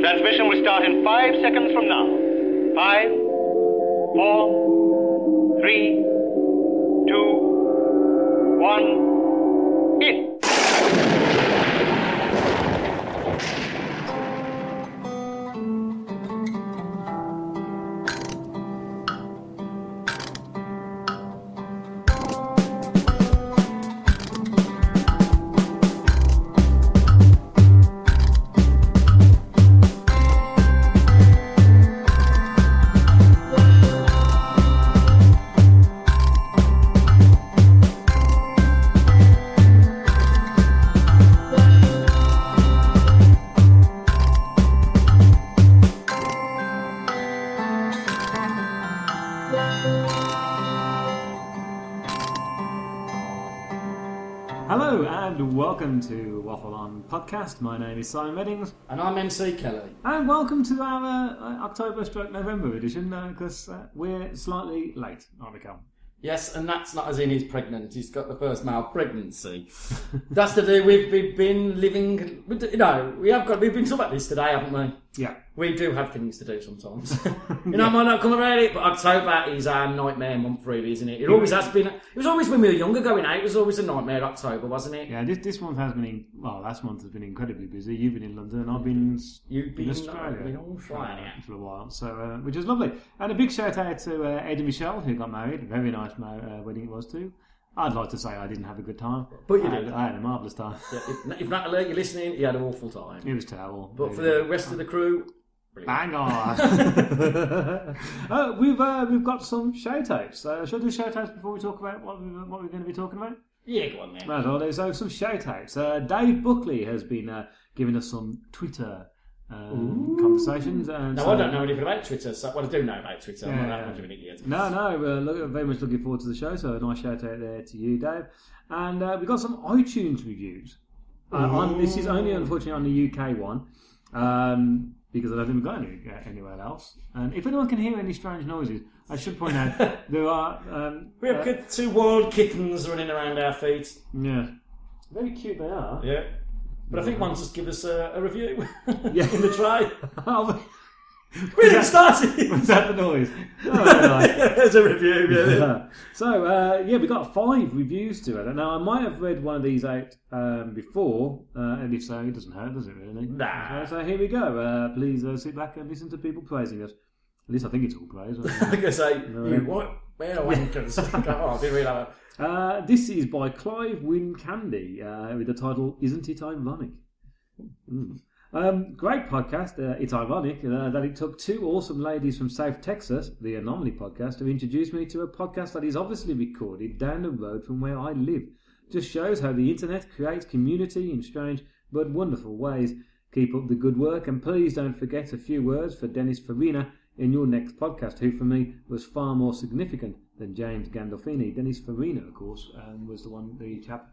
Transmission will start in five seconds from now. Five, four, three, two, one, in. Hello and welcome to Waffle On Podcast. My name is Simon Meddings, And I'm MC Kelly. and welcome to our uh, October stroke November edition because uh, we're slightly late on the come. Yes, and that's not as in he's pregnant. He's got the first male pregnancy. that's to do with we've been living. we d- You know, we have got. We've been talking about this today, haven't we? Yeah, We do have things to do sometimes. you know, I might not come around it, but October is our nightmare month, really, isn't it? It always has been. It was always when we were younger going out. It was always a nightmare October, wasn't it? yeah. This this month has been in, well. Last month has been incredibly busy. You've been in London, and I've been s- You've in been- Australia, I've been in Australia. for a while, so uh, which is lovely. And a big shout out to uh, Ed and Michelle who got married. Very nice ma- uh, wedding it was too. I'd like to say I didn't have a good time, But you I had, did. I had a marvelous time. If, if Natalie, you're listening, you had an awful time. It was terrible. But for Really. the rest of the crew, Bang on! uh, we've uh, we've got some show tapes. Uh, shall I do show tapes before we talk about what, we, what we're going to be talking about? yeah, go on then. Might as well do. So some show tapes. Uh, Dave Buckley has been uh, giving us some Twitter um, conversations. And No, so- I don't know anything about Twitter. So, well, I do know about Twitter. I'm Yeah, not that um, yeah. much of an idiot. No, no, we're look, very much looking forward to the show. So a nice shout out there to you, Dave. And uh, we got some iTunes reviews. Uh, on, this is only unfortunately on the UK one um, because I don't think we've got any, uh, anywhere else. And if anyone can hear any strange noises, I should point out there are. Um, We have uh, got two wild kittens running around our feet. Yeah. Very cute they are. Yeah. But I think one's just give us a, a review Yeah. in the tray. Oh, We didn't start it. is that the noise? Oh, very nice. There's a review, really. Uh, so uh, yeah, we got five reviews to it. Now I might have read one of these out um, before, uh, and if so, it doesn't hurt, does it really? Nah. Okay, So, here we go. Uh, please uh, sit back and listen to people praising us. At least I think it's all praise. isn't it? like I say, you what? Where are wankers? oh, I didn't realise. uh, this is by Clive Wynne Candy uh, with the title "Isn't It Ironic?" Mm. Um, great podcast. Uh, it's ironic uh, that it took two awesome ladies from South Texas, the Anomaly podcast, to introduce me to a podcast that is obviously recorded down the road from where I live. Just shows how the internet creates community in strange but wonderful ways. Keep up the good work and please don't forget a few words for Dennis Farina in your next podcast, who for me was far more significant than James Gandolfini. Dennis Farina, of course, um, was the one, the chap.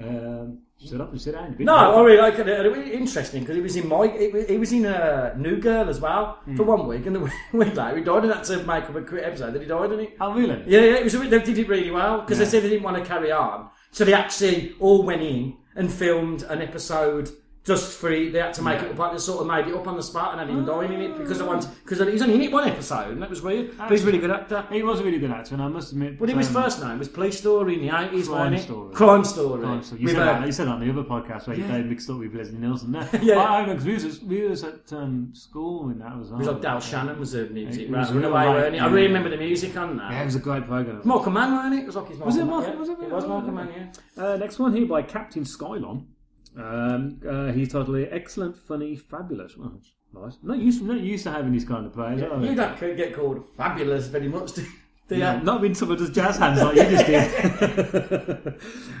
Um, stood up and sit down. No, I really like it. It was interesting because it was in my. It was, it was in a New Girl as well for one week, and the week later he died, and that's a make up a quick episode that he died, didn't it? Oh, really? Yeah, yeah, it was. They did it really well because Yeah. they said they didn't want to carry on, so they actually all went in and filmed an episode just for it. They had to make it up, like they sort of made it up on the spot and had him Ah. dying in it because they wanted because he was only in it one episode and that was weird. But he's a really good actor. He was a really good actor, and I must admit. What did his um, first name? It was Police Story in the eighties, Crime wasn't it? Story. Crime Story. Oh, so you, With, said uh, that, you said that on the other podcast where you got mixed up with Leslie Nielsen. No, Yeah. I, I know 'cause we was at, we was at um, school when that was on. it was like Dal Shannon was the music. It was right, runaway, Runaway, weren't it? I yeah. really remember the music on that. Yeah, it was a great program. Malcolm Mann, wasn't it? It was like his Was it Malcolm Malcolm- Mann, yeah. was it- It was oh, Malcolm yeah. Mann, yeah. Uh, next one here by Captain Skylon. Um, uh, he's titled it "Excellent, Funny, Fabulous." Well, that's nice. Not used, not used to having these kind of praise. are we? You don't get called fabulous very much, do you? Yeah, not been someone does jazz hands like you just did.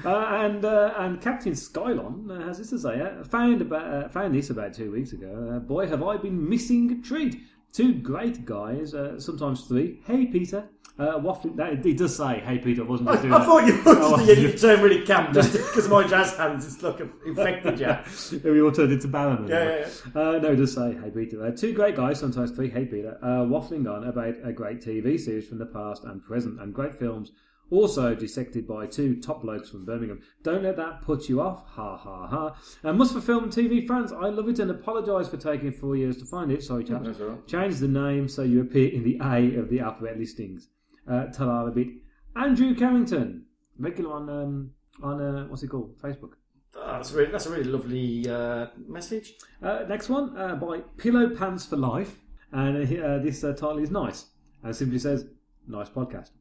uh, and uh, and Captain Skylon uh, has this to say: uh, found about uh, found this about two weeks ago. Uh, boy, have I been missing a treat. Two great guys, uh, sometimes three. Hey, Peter. Uh, waffling. That, it does say, "Hey, Peter." I wasn't just doing I that. thought you Oh, wanted to you turned really camp just because my jazz hands is like infected you. we all turned into Bannerman. Yeah, yeah, Uh, no, just say, hey, Peter. Uh, two great guys, sometimes three, hey, Peter, uh, waffling on about a great TV series from the past and present and great films Also dissected by two top blokes from Birmingham. Don't let that put you off. Ha ha ha. And must for film and TV fans. I love it and apologise for taking four years to find it. Sorry, chaps. That's all right. Change the name so you appear in the A of the alphabet listings. Uh, Talal a bit. Andrew Carrington, regular on um, on uh, what's it called? Facebook. Oh, that's, really, that's a really lovely uh, message. Uh, next one uh, by Pillow Pants for Life, and uh, he- uh, this uh, title is nice and simply says "nice podcast."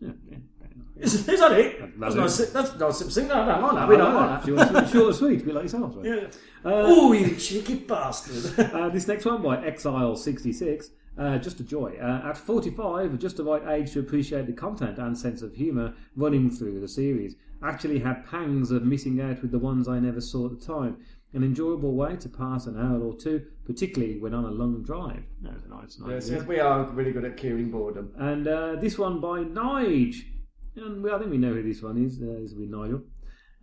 Yeah, yeah, fair enough. Is that it? That's That's it. nice. That's nice. Something. No, no, no, no. We don't want that. Short, and sweet- short and sweet, be like yourself. Right? oh, you cheeky bastard. Uh, this next one by Exile66. Uh, just a joy. Uh, at 45, just the right age to appreciate the content and sense of humour running through the series. Actually had pangs of missing out with the ones I never saw at the time. An enjoyable way to pass an hour or two, particularly when on a long drive. That was a nice, nice Yes, idea. yes, we are really good at curing boredom. And uh, this one by Nige. And we, I think we know who this one is. Uh, this will be Nigel.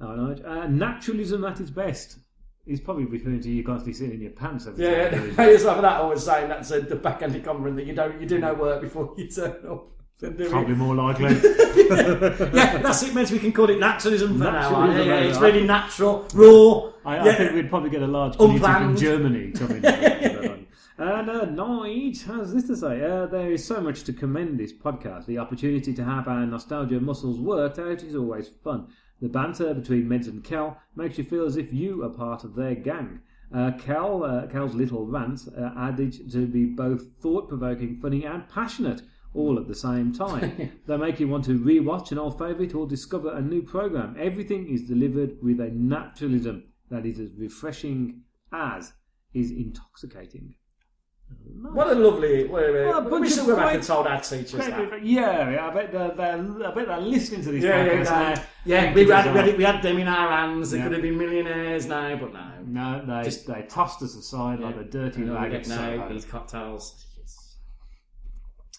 Uh, Nige. Uh, naturalism at its best. He's probably referring to you constantly sitting in your pants every Yeah, time. yeah. it's like that. I was saying that's a, the backhanded compliment that you don't you do no work before you turn up. and do it. Probably more likely. yeah, that's it. Means we can call it naturalism for now. on. Naturalism, Yeah, yeah, yeah. it's really natural, raw. I, I yeah. think we'd probably get a large community from Unplanned. Germany coming. down. and uh, Nige has this to say: uh, There is so much to commend this podcast. The opportunity to have our nostalgia muscles worked out is always fun. The banter between Meds and Cal makes you feel as if you are part of their gang. Uh, Cal, uh, Cal's little rants uh, adage to be both thought-provoking, funny, and passionate. All at the same time. they make you want to rewatch an old favourite or discover a new programme. Everything is delivered with a naturalism that is as refreshing as is intoxicating. What a lovely. What a, What a we bunch should of go back great- and told our teachers that. Yeah, yeah, I bet they're, they're, I bet they're listening to this Yeah, podcast yeah, now. yeah. Thank We you, had, Zara. we, had, we had them in our hands. They Yeah. could have been millionaires now, but no. No, they, Just- they tossed us aside like a dirty And all we rag. Mm. get of now soap. these cocktails.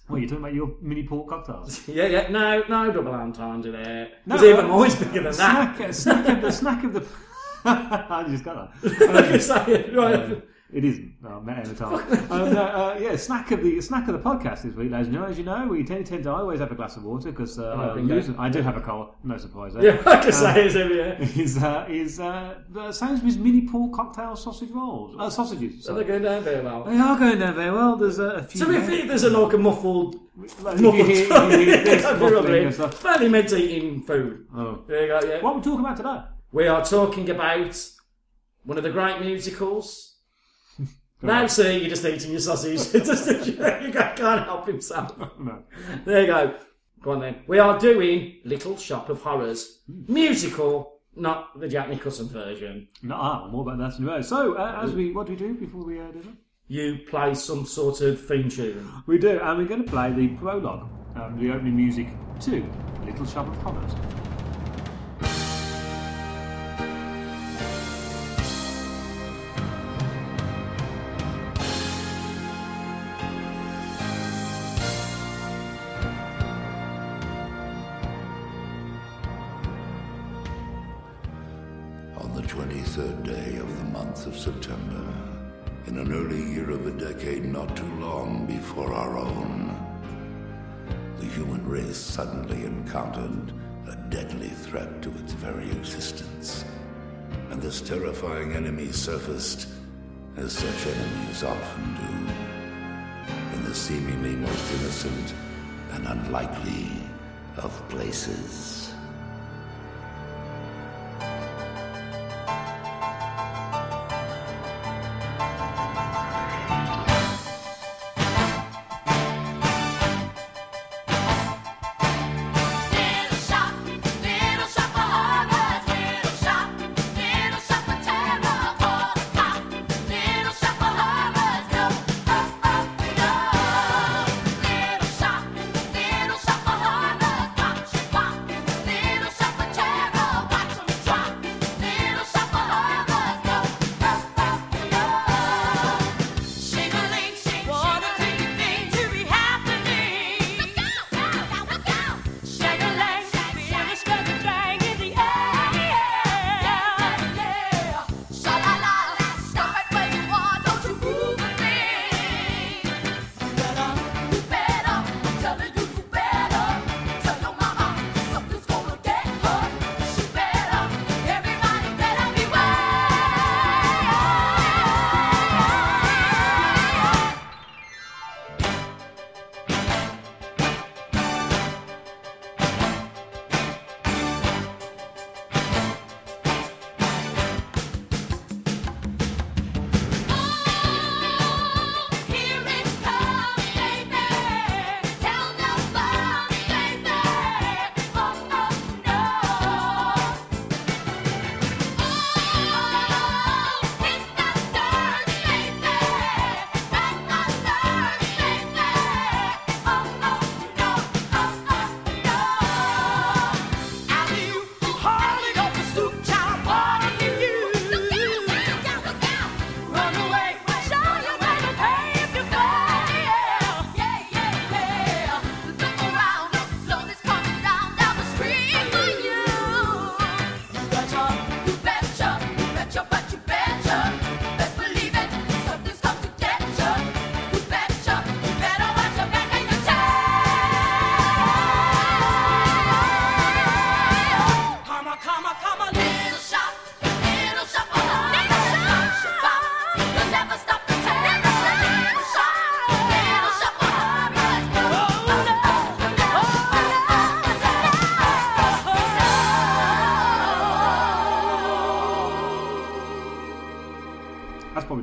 What, you're talking about your mini pork cocktails? Yeah, yeah. No, no double entendre there. No, No, it's even uh, more bigger than that. snack, uh, snack of the... Snack of the... I just got Like I that. say, Um, right. it isn't. No, I met him at all. um, no, uh, yeah, snack of the snack of the podcast this week, ladies and gentlemen. As you know, we tend, tend to always have a glass of water because uh, I, bingo. lose- I do have a cold. No surprise there. Yeah, like I say, it's every year. Is uh, is uh, the Sainsbury's mini pork cocktail sausage rolls? Uh, sausages. So sorry. they're going down very well. They are going down very well. There's uh, a few. So if if there's a like a muffled, Like, if you muffled, hear- if you hear this That'd be muffling rubbish. and stuff. Well, he meant eating food. Oh. There you go, yeah. What are we talking about today? We are talking about one of the great musicals. now, sir, you're just eating your sausage. just, you can't help himself. No. There you go. Go on then. We are doing Little Shop of Horrors musical, not the Jack Nicholson version. No, ah, more about that tomorrow. So, uh, as we, what do we do before we uh, do that? You play some sort of theme tune. We do, and we're going to play the prologue, um, the opening music to Little Shop of Horrors. On the 23rd day of the month of September, in an early year of a decade not too long before our own, the human race suddenly encountered a deadly threat to its very existence. And this terrifying enemy surfaced, as such enemies often do, in the seemingly most innocent and unlikely of places. Little shop, little shop of horrors. Little shop, little shop of terror. Oh, pop, little shop of horrors. No, oh, oh, no. Little shop, little shop of horrors. Pop, pop, Oh,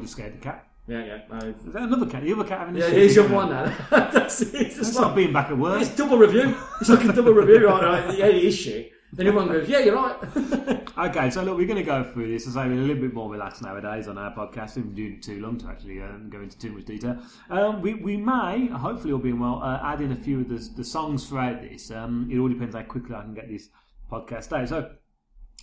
scared the cat. Yeah, yeah. no. Is that another cat? The other cat having a Yeah, shit? here's your one now. That's it. It's That's just not like, being back at work. it's double review. It's like a double review. uh, Right, right. Yeah, it is shit. Then everyone goes, yeah, you're right. Okay, so look, we're going to go through this as I'm a little bit more relaxed nowadays on our podcast. We've been doing it too long to actually um, go into too much detail. Um, we, we may, hopefully, all being well, uh, add in a few of the, the songs throughout this. Um, it all depends how quickly I can get this podcast out. So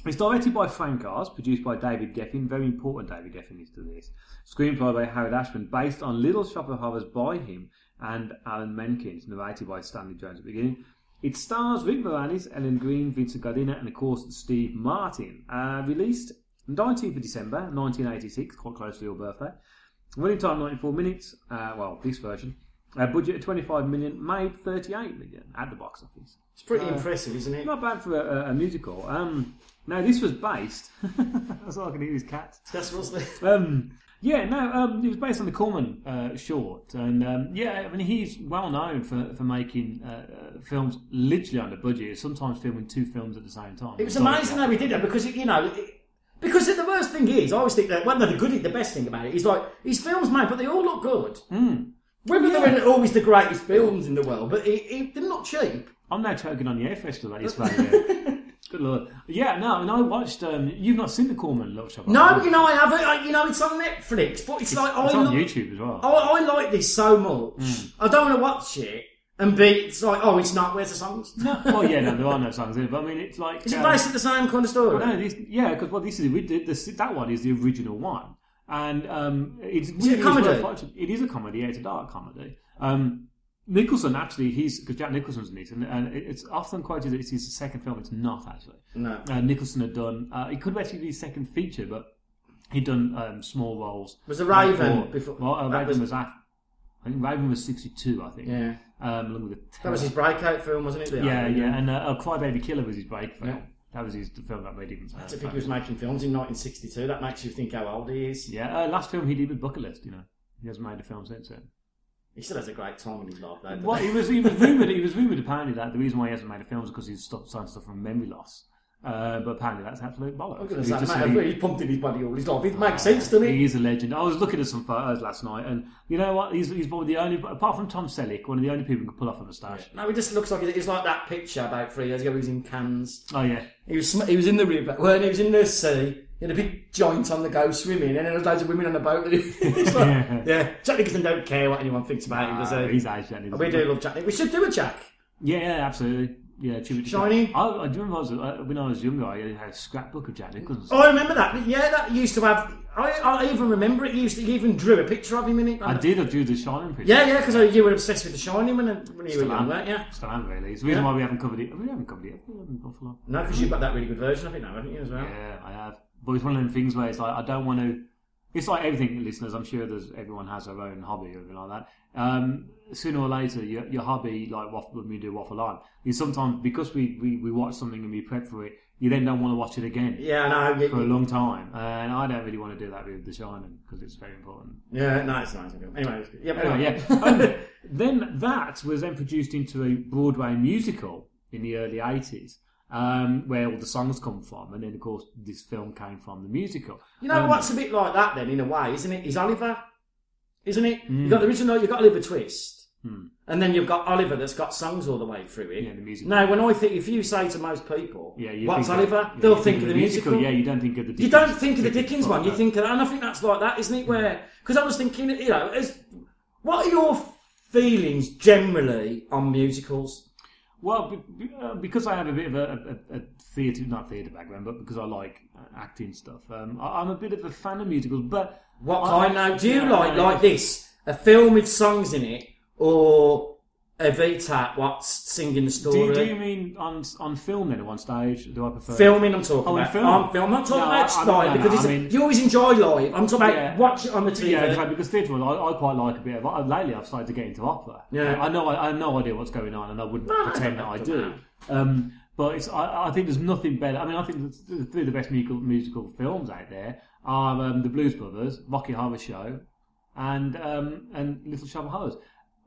it's directed by Frank Oz, produced by David Geffen. Very important David Geffen is to this. Screenplay by Howard Ashman, based on Little Shop of Horrors by him and Alan Menkins, narrated by Stanley Jones at the beginning. It stars Rick Moranis, Ellen Green, Vincent Gardina, and of course Steve Martin. Uh, released 19th of December 1986, quite close to your birthday. Running time 94 minutes. Uh, well, this version. Uh, budget of 25 million, made 38 million at the box office. it's pretty impressive, isn't it? Not bad for a, a, a musical. Um, now this was based. That's all I can eat is cats. That's what's the- Um, yeah, no, um, it was based on the Corman uh, short, and um, yeah, I mean he's well known for for making uh, uh, films literally under budget. Sometimes filming two films at the same time. It was amazing how we did that because it, you know, it, because the worst thing is, I always think that one of the good, the best thing about it is like his films, made, but they all look good. Hmm. Whether they're always the greatest films in the world, but it, it, they're not cheap. I'm now choking on the air festival that he's playing. there. Good lord. Yeah, no, and I watched. Um, you've not seen the Corman Love Shop. No, have you know, I haven't. I, you know, it's on Netflix, but it's, like Hmm. it's I on look- YouTube Hmm. as well. I, I like this so much. I don't want to watch it and be. It's like, oh, it's not. Where's the songs? No, well, yeah, no, there are no songs in it, but I mean, it's like Is it um, basically the same kind of story? No, this, yeah, because well, this is the, the, the, that one is the original one, and um, it's it a really worth comedy? watching. It is a comedy. Yeah, it's a dark comedy. Um, Nicholson actually, he's because Jack Nicholson's in this, and, and it- it's often quoted that it's his second film. It's not actually. No. Uh, Nicholson had done. Uh, it could actually be his second feature, but he'd done um, small roles. Was the Raven before? before- Well, uh, that Raven was, was- af- I think Raven was sixty-two. I think. Yeah. Um, along with the That was his breakout film, wasn't it? The yeah, Iron Man? yeah, and uh, uh, Crybaby Killer was his break film. Yeah. That was his the film that made him. Uh, I think he famous. was making films in 1962. That makes you think how old he is. Yeah, uh, last film he did was Bucket List. You know, he hasn't made a film since then. He still has a great time in his life, though. doesn't Well, he he? was he was rumored he was rumored apparently that the reason why he hasn't made a film is because he's st- signed stuff from memory loss. Uh, but apparently that's absolute bollocks. Look at He just that, mate. said I've he- really pumped in his body all his life. It makes sense, doesn't it? He is a legend. I was looking at some photos last night, and you know what? He's, he's probably the only, apart from Tom Selleck, one of the only people who can pull off a moustache. No, he just looks like it's like that picture about three years ago. He was in Cannes. Oh yeah, He was sm- he was in the river. Well, he was in the sea. He had a big joint on the go swimming, and then there was loads of women on the boat. That he, it's like, Yeah. yeah. Jack Nicholson don't care what anyone thinks about him, does Uh, he? he's Asian. we do love Jack. Nic- We should do a Jack. Yeah, yeah, absolutely. Yeah, tribute to Shiny? Jack. I, I do remember I was, uh, when I was younger, I had a scrapbook of Jack Nicholson. Oh, I remember that. Yeah, that used to have. I, I even remember it. He used to he even drew a picture of him in it. I did. I drew the Shining picture. Yeah, yeah, because you were obsessed with The Shining when, when you were Still young, am. weren't you? Still am really. It's the reason why we haven't covered it. We haven't covered it. have we? We haven't covered it. No, because you've got that really good version of it now, haven't you, as well? Yeah, I have. But it's one of them things where it's like I don't want to. It's like everything, listeners. I'm sure there's everyone has their own hobby or anything like that. Um, sooner or later, your, your hobby, like waff- when we do waffle on, is sometimes because we, we we watch something and we prep for it, you then don't want to watch it again Yeah, no, you, for a long time. And I don't really want to do that with The Shining because it's very important. yeah, no, it's nice. Anyway, it's good. Yeah, but Anyway, yeah. Um, then that was then produced into a Broadway musical in the early 80s, um, where all the songs come from. And then, of course, this film came from the musical. You know Um, what's a bit like that then, in a way, isn't it? Is Oliver, isn't it? Hmm. You've got the original, you've got Oliver Twist, and then you've got Oliver that's got songs all the way through it. Yeah, the musical. Now, when I think, if you say to most people, Yeah, you "What's think Oliver?" yeah, They'll you think of the musical. Yeah, you don't think of Hmm. the You Dickens, don't think of the Dickens part, one. You no. think of that, and I think that's like that, isn't it? Where because I was thinking, you know, as, what are your feelings generally on musicals? Well, be- be- uh, because I have a bit of a, a, a theatre, not theatre background, but because I like uh, acting stuff, um, I, I'm a bit of a fan of musicals. But What I- kind now? Do you Yeah, like no, like this? A film with songs in it, or a VTAP what's singing Do the story? you, do you mean on on film then at one stage? Do I prefer Filming, I'm talking Oh, in about. film? I'm, film. I'm talking No, about I- I- live no, no, because it's, I mean- you always enjoy live. I'm talking about Yeah. watch it on the TV. Yeah, exactly. Because theatre, I, I quite like a bit of. I, lately, I've started to get into opera. Yeah. I know. I, I have no idea what's going on, and I wouldn't No, pretend that no, I no, do. Um, but it's. I, I think there's nothing better. I mean, I think the, the three of the best musical, musical films out there are um, the Blues Brothers, Rocky Horror Show, and um, and Little Shop of Horrors.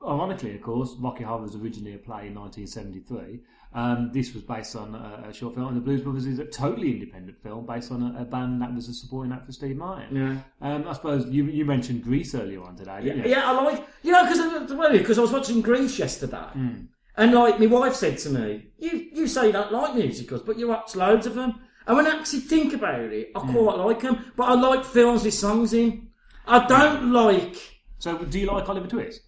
ironically, of course, Rocky Horror was originally a play in 1973. Um, this was based on a, a short film, and the Blues Brothers is a totally independent film based on a, a band that was a supporting act for Steve Martin. Yeah. Um, I suppose you you mentioned Greece earlier on today, didn't Yeah, you? I like you know because because I was watching Greece yesterday, Hmm. and like my wife said to me, "You you say you don't like musicals, but you watch loads of them." And when I actually think about it, I Hmm. quite like them, but I like films with songs in. I Hmm. don't like. So, do you like Oliver Twist?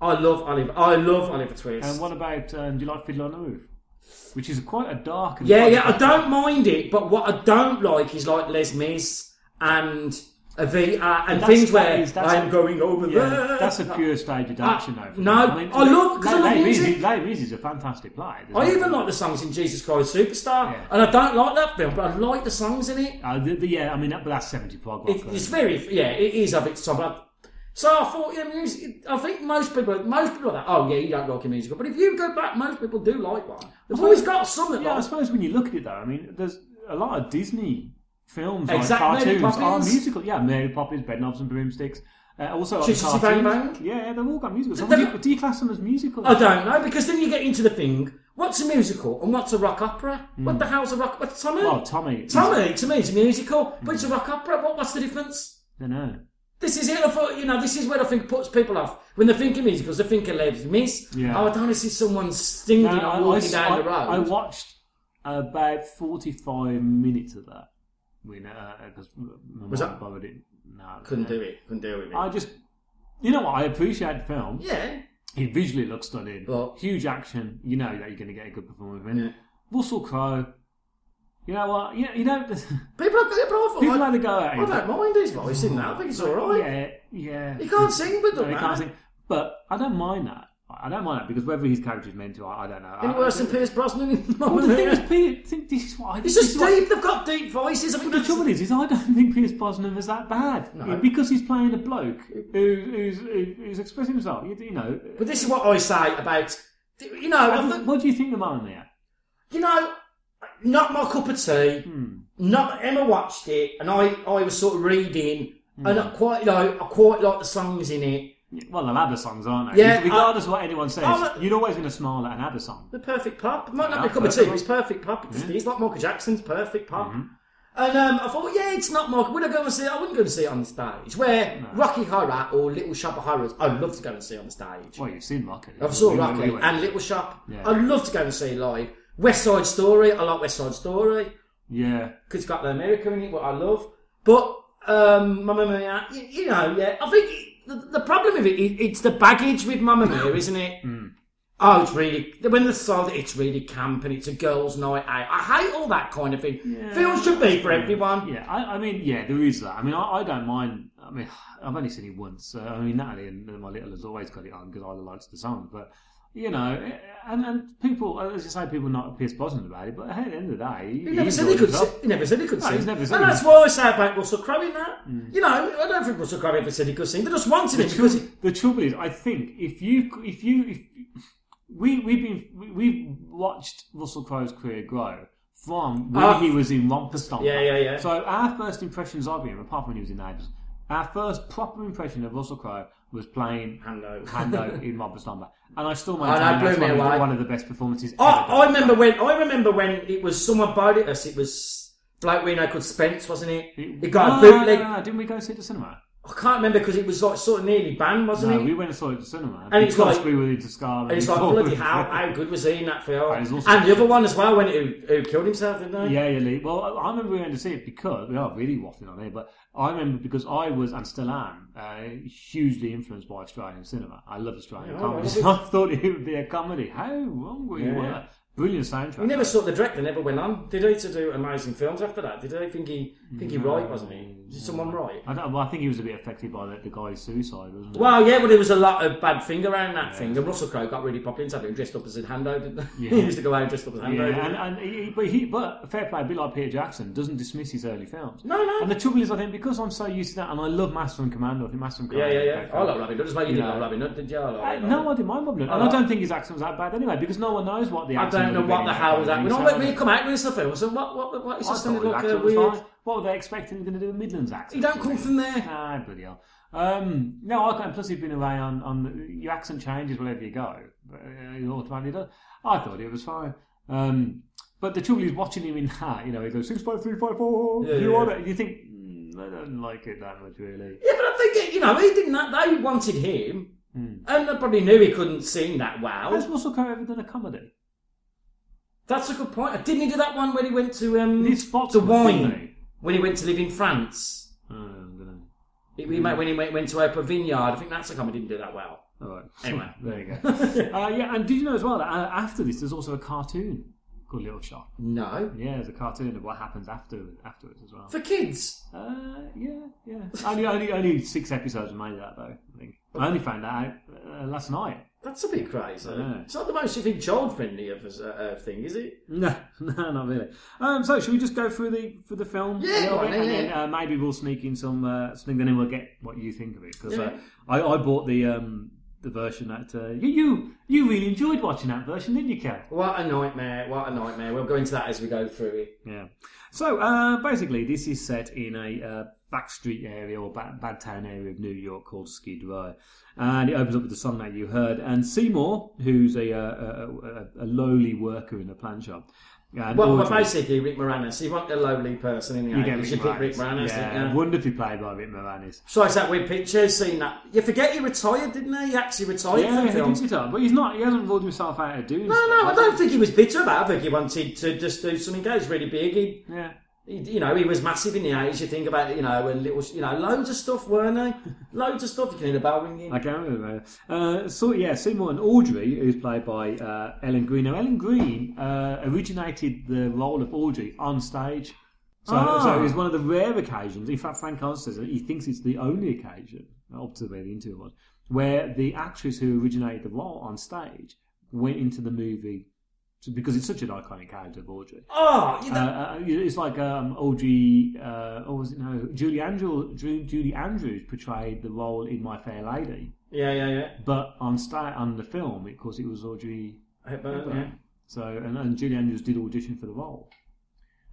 I love Oliver. I love Oliver Twist. And what about um, do you like Fiddler on the Roof? Which is quite a dark. And yeah, yeah, I don't mind it, but what I don't like is like Les Mis and Evita and that's- things where that is- that's- I'm going over Yeah, there. that's a pure stage adaptation, Uh, though. for no, me. I love- 'cause I love Les Mis- music. Les Mis is a fantastic play. There's I no- even like the songs in Jesus Christ Superstar, Yeah. and I don't like that film, but I like the songs in it. Uh, the, the, yeah, I mean, that, but that's 75 rock. it it's very, yeah, it is of its time. but- So I thought, yeah, music. I think most people, most people are like, oh yeah, you don't like a musical, but if you go back, most people do like one. They've always got some that yeah, I like. suppose when you look at it, though, I mean, there's a lot of Disney films, Exactly, like Mary cartoons, are Poppins. musical. Yeah, Mary Poppins, Bedknobs and Broomsticks. Uh, also, on Chitty cartoons. Bang Bang? Yeah, yeah, they've all got musicals. So They're would you, not- do you class them as musicals? I don't know because then you get into the thing: what's a musical and what's a rock opera? What the hell's a rock? What's Tommy? Hmm. Well, Tommy. Hmm. Tommy to me is a musical, but it's a rock opera. What? What's the difference? I don't know. This is it. I thought, you know, this is where I think puts people off when they think of musicals. They think of Les Mis. Yeah. Oh, I don't want to see someone singing No, or walking down I, the road. I watched about 45 minutes of that. When, uh, 'cause my Was mum that- borrowed it. No, I couldn't don't do it. Couldn't deal with it. know. I just, you know what? I appreciate the film. yeah. It visually looks stunning. But- Huge action. You know that you're going to get a good performance from him. Yeah. Russell Crowe. You know what? You know, you know People have people are people like, had a go at I him. don't mind his voice in that. I think it's all right. Yeah, yeah. He can't sing with No, them. he man. can't sing. But I don't mind that. I don't mind that because whether his character's meant to, I, I don't know. Any I- worse than Pierce Brosnan? Well, the thing is, Peter, think this is what I it's this just is what- deep. They've got deep voices. I think But the that's- trouble is, is I don't think Pierce Brosnan was that bad No. because he's playing a bloke who, who's who- who's expressing himself. You, you know. Um, But this is what I say about you know. I think- what do you think of Mamma Mia? you know, not my cup of tea. Hmm. Not Emma watched it, and I, I was sort of reading, Hmm. and I quite you know, I quite like the songs in it. Well, they're ABBA songs, aren't they? Yeah, Regardless of what anyone says, I'm- you're always going to smile at an ABBA song. The perfect pop It might not Yeah, be a cup of perfect tea, but it's perfect pop. It's, it's like Michael Jackson's perfect pop. Mhm. And um, I thought, yeah, it's not Michael. Would I go and see it? I wouldn't go and see it on the stage. Where Rocky Horror or Little Shop of Horrors, I'd love to go and see on the stage. Well, you've seen Rocket. I saw You- you- Rocky you- and Little Shop. Yeah. I'd love to go and see live. West Side Story, I like West Side Story. Yeah. because it's got the America in it, what I love. But um, Mamma Mia, you, you know, yeah, I think it- the, the problem with it, it, it's the baggage with Mamma Mia, isn't it? Mm. Oh, it's really when they sold it, it's really camp and it's a girls' night out. I hate all that kind of thing. Films should be for everyone. Yeah, I, I mean, yeah, there is that. I mean, I, I don't mind. I mean, I've only seen it once. So, I mean, Natalie and and my little has always got it on because either likes the song. But you know, eh, and and people, as you say, people not Pierce Brosnan about it. But at the end of the day, He never said he could. enjoyed Sing. He never said he could No, sing. he's never said Mm. and he- that's why I say about Russell Crowe in that. You know, I don't think Russell Crowe ever said he could sing. They just wanted him because he, the trouble is, I think if you if you if we we've been we- we've watched Russell Crowe's career grow from when Ah. he was in Romper Stomper. Yeah, yeah, yeah. So our first impressions of him, apart from when he was in Neighbours, our first proper impression of Russell Crowe was playing Hando. Hando in Romper Stomper, and I still Oh, that maintain that's blew me one of, the, away. one of the best performances. I, ever. I remember when I remember when it was someone bought it us. It was Blake Reno called Spence, wasn't it? It, got a no, no, bootleg. no, no, didn't we go see it at the cinema? I can't remember because it was like sort of nearly banned, wasn't No, it? we went and saw it at the cinema. And it's because like- we were into Scar. and it's like bloody how how good was he in that film? That is awesome. And the other one as well, when who, who killed himself, didn't he? Yeah, yeah, Lee. Well, I I remember we went to see it because we are really waffling on here, but I remember because I was and still am uh, hugely influenced by Australian cinema. I love Australian Yeah, comedy. I So I thought it would be a comedy. How wrong we Yeah, were! yeah. Brilliant soundtrack. He never saw the director. Never went on. Did he to do amazing films after that? Did he think he think he right? Wasn't he? Did someone right? I, don't, well, I think he was a bit affected by the, the guy's suicide, wasn't he? Well, yeah, but there was a lot of bad thing around that thing. And Russell Crowe got really popular into having dressed up as a Hando, didn't he? he Yeah. used to go out dressed up as Hando. Yeah, didn't he? and, and he, but he, but fair play, a bit like Peter Jackson, doesn't dismiss his early films. No, no. And the trouble is, I think because I'm so used to that, and I love Master and Commander. I think Master and Yeah, Commander. yeah, is a yeah. great I film. love Robin Hood. Just like you You didn't know. like Robin Hood, did you? I love I, Robin no, I Hood. didn't mind Robin Hood. I And I like- don't think his accent was that bad anyway, because no one knows what the I accent don't know what the hell was that. We don't we come out with this film, so what? What? what it's just I something thought like his a accent was weird. fine. What were they expecting? Going to do a Midlands accent? You don't come from there. Ah, bloody hell. Um, no, I can't. Plus, you've been away on, on your accent changes wherever you go. But uh, it automatically does. I thought it was fine. Um, but the trouble is watching him in that. You know, he goes six five three five four. Yeah, you yeah, want it? You think mm, I don't like it that much, really. Yeah, but I think it, you know he didn't. That, they wanted him, and they probably knew he couldn't sing that Has well. Russell Crowe ever done a comedy? That's a good point. Didn't he do that one when he went to um These spots the wine when he went to live in France? Oh, I'm gonna. He, he made- when he went, went to Oprah Vineyard, I think that's a comedy. Didn't do that well. All right. Anyway. there you go. uh, yeah, and did you know as well that uh, after this, there's also a cartoon called Little Shop. No, Yeah, there's a cartoon of what happens after afterwards as well. for kids. Uh, yeah, yeah. only, only, only six episodes made of that though. I think I only found that out uh, last night. That's a bit crazy. Yeah. It's not the most you think child friendly of us, uh, uh, thing, is it? No, no, not really. Um, so should we just go through the for the film? Yeah, a little go on, bit, and yeah, then uh, maybe we'll sneak in some uh, something. Then we'll get what you think of it because uh, Yeah. I, I bought the um, the version that uh, you, you you really enjoyed watching that version, didn't you, Kel? What a nightmare! What a nightmare! We'll go into that as we go through it. Yeah. So uh, basically, this is set in a uh, backstreet area or ba- bad town area of New York called Skid Row, and it opens up with the song that you heard. And Seymour, who's a, uh, a, a, a lowly worker in a plant shop, and Well, well, Audrey- basically, Rick Moranis. You want the lowly person in the you get 80s, you pick Rick Moranis. yeah, Yeah. wonderfully played by Rick Moranis. So it's that weird picture, seeing that. You forget he retired, didn't he? He actually retired Yeah, from he did films. it up, but he's not. He hasn't ruled himself out of doing. No, no, I don't think he was bitter about it. I think he wanted to just do something that was really big. He, Yeah. he, you know, he was massive in the 80s. You think about, it, you know, and little, you know, loads of stuff, weren't they? loads of stuff. You can hear the bell ringing. I can't remember. Uh, so yeah, Seymour and Audrey, who's played by uh, Ellen Green. Now Ellen Green uh, originated the role of Audrey on stage. So, Ah. so it was one of the rare occasions. In fact, Frank Oz says that he thinks it's the only occasion, up to the way the interview was, where the actress who originated the role on stage went into the movie to- because it's such an iconic character of Audrey. Oh, you Uh, know, uh, it's like um, Audrey, uh, or was it no? Julie Andrews, Julie Andrews portrayed the role in My Fair Lady. yeah, yeah, yeah. But on sta on the film, of course, it was Audrey Hepburn, Hepburn. yeah. So and, and Julie Andrews did audition for the role.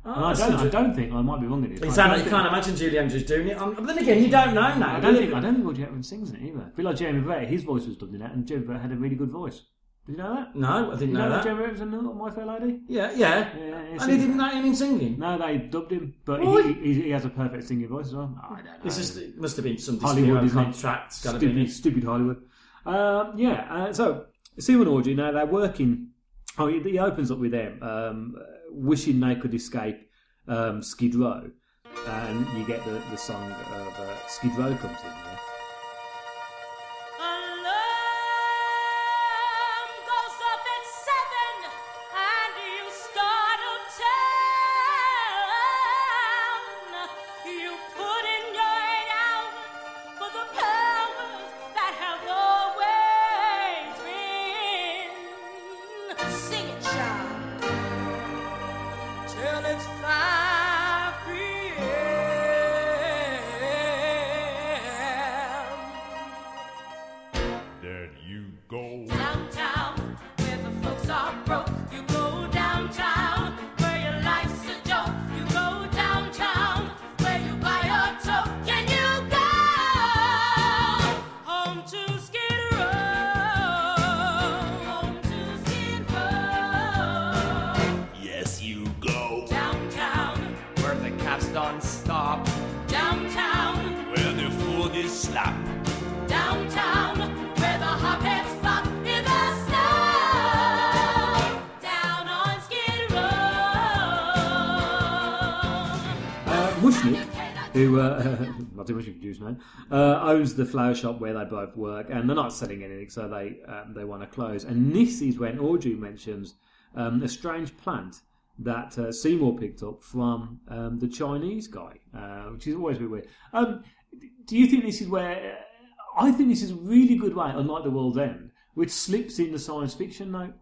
Oh, And I that's don't, I interesting. don't think I might be wrong in this. but It's I that don't you think- can't imagine Julie Andrews doing it. Um, but then again, you don't know now. I don't think I don't think Audrey Hepburn sings in it either. A bit like Jeremy Brett, his voice was dubbed in that, and Jeremy Brett had a really good voice. Did you know that? No, I didn't you know, know that that. Jeremy Brett was in the- My Fair Lady. Yeah, yeah. Yeah, yeah, yeah, and he singing. didn't know him in singing. No, they dubbed him, but he, Really? he, he has a perfect singing voice as well. I don't know. It's just it must have been some Hollywood Hollywood isn't it? contract. Got to be. stupid, stupid Hollywood. Um, yeah, uh, so Sue and Audrey now they're working. Oh, he, he opens up with them um, wishing they could escape um, Skid Row, and you get the, the song of uh, Skid Row comes in. there. Alarm goes off at seven, and you startle town. You put in your eight hours for the powers that have always been. Sing it, child till it's 5 p.m. There you go. Downtown, where the folks are broke, you go downtown, where your life's a joke, you go downtown, where you buy your toke, can you go home to Skid Row? Home to Skid Row. Yes, you go. Downtown, Where the cops don't stop. downtown, Where the food is slap. downtown, where the hopheads flop in the snow. Down on Skid Row. Uh, Mushnik, who uh, not too much of a Jew's name, uh, owns the flower shop where they both work, and they're not selling anything, so they um, they want to close. And this is when Audrey mentions um, a strange plant that uh, Seymour picked up from um, the Chinese guy, uh, which is always a bit weird. Um, d- do you think this is where? uh, I think this is a really good way, unlike The World's End, which slips in the science fiction note.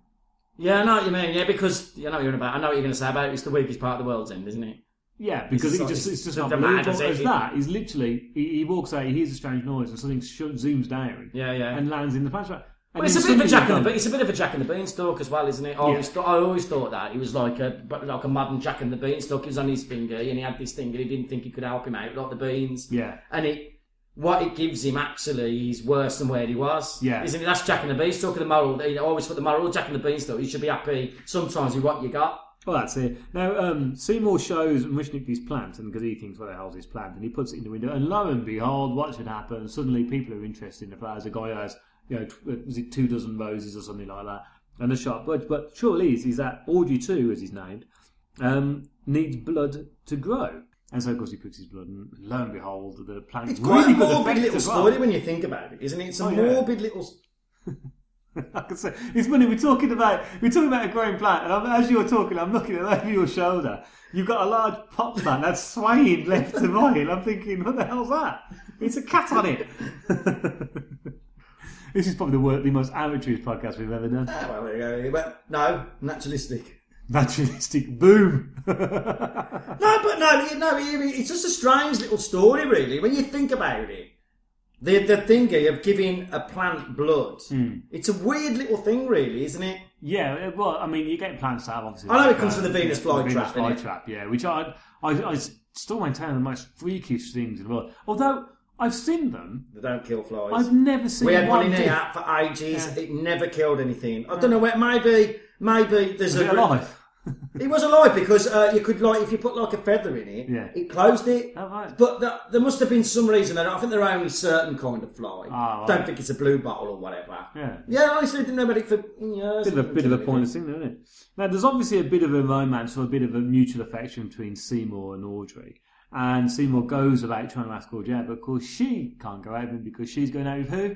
Yeah, I know what you mean. Yeah, because you know what you're about. I know what you're going to say about it. It's the weakest part of the world's end, isn't it? Yeah, because It's it so- just, it's it's just so not dramatic, believable. isn't As it? that, he's literally, he, he walks out, he hears a strange noise, and something sho- zooms down Yeah, yeah. and lands in the punch bag. Well, it's a bit of a Jack and the Beanstalk. Be- it's a bit of a Jack and the Beanstalk as well, isn't it? I always, thought, I always thought that he was like a but like a modern Jack and the Beanstalk. He was on his finger and he had this thing and he didn't think he could help him out, like the beans. Yeah. and it what it gives him actually is worse than where he was. Yeah. isn't it? That's Jack and the Beanstalk. And the moral, you know, I always put the moral Jack and the Beanstalk. You should be happy sometimes with what you got. Well, that's it. Now, um, Seymour shows Mushnik his plant, and because he thinks, where the hell's his plant? And he puts it in the window, and lo and behold, what should happen? Suddenly, people are interested in the flowers. A guy has, you know, tw- was it two dozen roses or something like that, and a sharp budge. But sure is, is that Audrey too, as he's named, um, needs blood to grow. And so, of course, he pricks his blood, and lo and behold, the plant It's quite really a good morbid effect little as well. story when you think about it, isn't it? It's a Oh, yeah. morbid little. I can say it's funny. We're talking about we're talking about a growing plant, and I'm, as you were talking, I'm looking at over your shoulder. You've got a large pot plant that's swaying left and right. and I'm thinking, what the hell's that? It's a cat on it. this is probably the, wor- the most amateurish podcast we've ever done. Ah, well, there you go. But no, naturalistic. Naturalistic boom. No, Ah, but no, it- no. it- It's just a strange little story, really, when you think about it. The the thingy of giving a plant blood. Hmm. It's a weird little thing, really, isn't it? yeah, uh, well, I mean, you get plants that have obviously. uh, I know it comes from the Venus flytrap, Venus innit? flytrap, yeah, which I, I, I still maintain are the most freakish things in the world. Although I've seen them. They don't kill flies. I've never seen we had one in dip. here for ages. Yeah. It never killed anything. I don't know where. Maybe maybe there's Is it a alive? It was alive because uh, you could like if you put like a feather in it, Yeah. it closed it. Oh, right. But th there must have been some reason. that I think they're only certain kind of fly. Ah, right. Don't think it's a blue bottle or whatever. Yeah. Yeah, honestly, didn't know about it for years. Bit of a bit of a pointless thing, isn't it? Now, there's obviously a bit of a romance or a bit of a mutual affection between Seymour and Audrey. And Seymour goes about trying to ask Audrey out, but of course she can't go out with him because she's going out with who?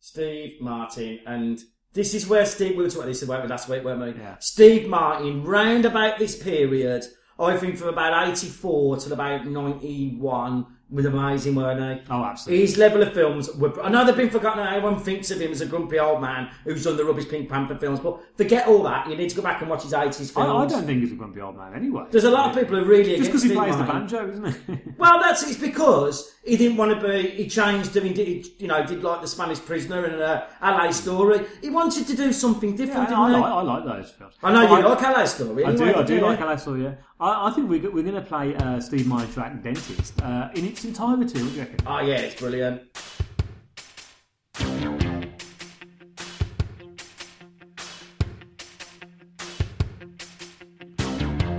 Steve Martin and. This is where Steve, we were talking about this weren't we, last week, weren't we? Yeah. Steve Martin, round about this period, I think from about 84 till about 91, was amazing, weren't he? Oh, absolutely. His level of films were. I know they've been forgotten. Everyone thinks of him as a grumpy old man who's done the rubbish Pink Panther films, but forget all that. You need to go back and watch his 80s films. I, I don't think he's a grumpy old man anyway. There's a lot of people who really Just because he against Steve plays the Martin. banjo, isn't it? Well, that's it's because he didn't want to be. He changed doing, he, you know, did like the Spanish Prisoner and uh, LA Story. He wanted to do something yeah, different. I, didn't he? like, I like those films. I know you But like LA Story. I do, anyway, I do don't like you? Alassel, yeah. I, I think we're, go- we're going to play uh, Steve Martin's track Dentist uh, in its entirety, what do you reckon? Oh yeah, it's brilliant.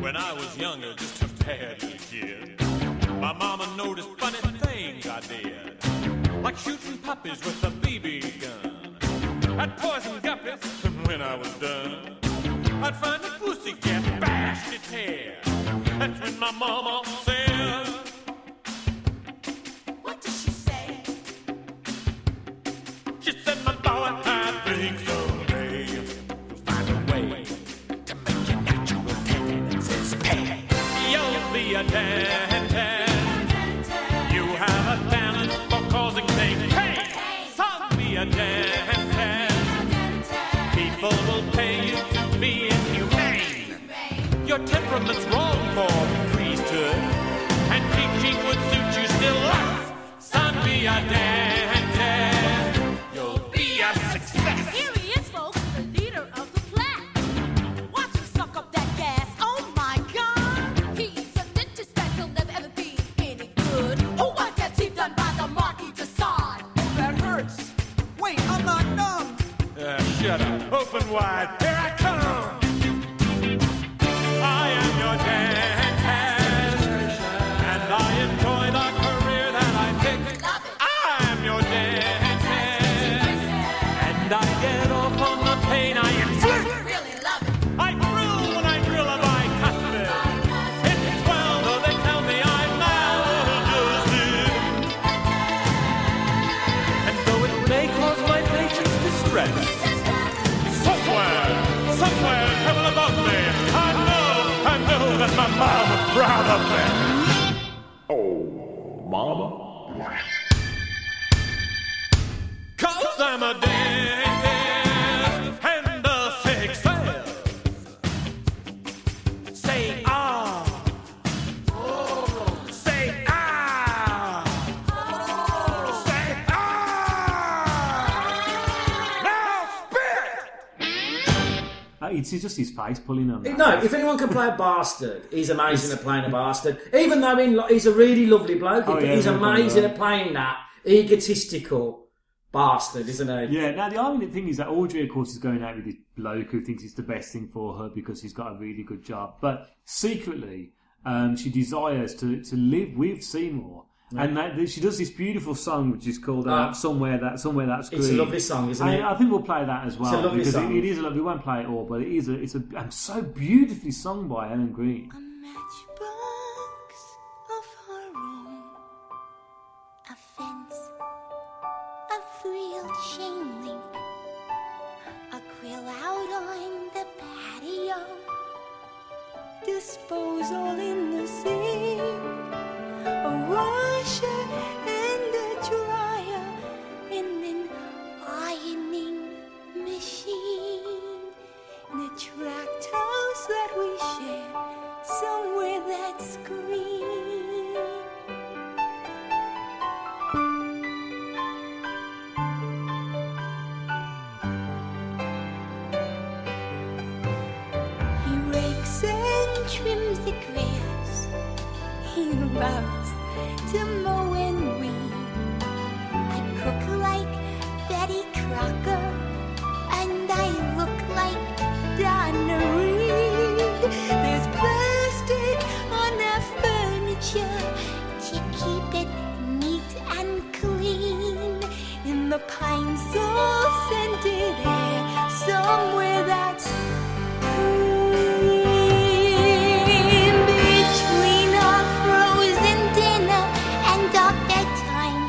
When I was younger, just a bad little kid, my mama noticed funny things I did, like shooting puppies with a BB gun. I'd poison guppies, and when I was done, I'd find a pussycat bashed its head. That's when my mama said. What does she say? She said, my boy, I think someday you'll find a way to make your natural tendencies pay. You'll be a dentist. You have a talent for causing things pain. Some be a dentist. People will pay you to be inhumane. Your temperament's wrong for priesthood, and teaching would suit you still less. Son, be a dentist. You'll be a success. Here he is, folks, the leader of the flat. Watch him suck up that gas. Oh my God! He's a dentist that will never ever be any good. Oh, Who wants their teeth done by the Marquis de Sade? That hurts. Wait, I'm not numb. Uh, shut up. Open wide. Here I come. I am your dentist, and I enjoy the career that I pick. I am your dentist, and I get off on the pain I inflict. Really love it. I thrill when I drill a bicuspid. It's well though they tell me I'm maladjusted. And though it may cause my patients distress, somewhere, somewhere heaven above me, I know, I know that my mom was proud of me. Oh, mama. Cause I'm a dentist and a success. Say ah. Say ah. Say ah. Now Uh, It's just his face pulling on. that. No, if anyone can play a bastard, he's amazing at playing a bastard. Even though in, lo- he's a really lovely bloke, Oh, yeah, he's no problem, amazing yeah. at playing that egotistical bastard, isn't he? Yeah, now the ironic thing is that Audrey, of course, is going out with this bloke who thinks it's the best thing for her because he's got a really good job. But secretly, um, she desires to, to live with Seymour. And that, that she does this beautiful song, which is called uh, Ah. "Somewhere That Somewhere That's Green." It's a lovely song, isn't I, it? I think we'll play that as well lovely because song. It, it is a lovely. We won't play it all, but it is. A, it's a and so beautifully sung by Helen Green. A matchbox of her own, a fence, a real chain link, a grill out on the patio, disposal in the sink, a washer and a dryer, and an ironing machine. The tract house that we share, somewhere that's green. He rakes and trims the grass. He loves to mow and weed. I cook like Betty Crocker and I look like Donna Reed. There's plastic on our furniture to keep it neat and clean. In the pine soul scented air, somewhere that's green. between our frozen dinner and our bedtime,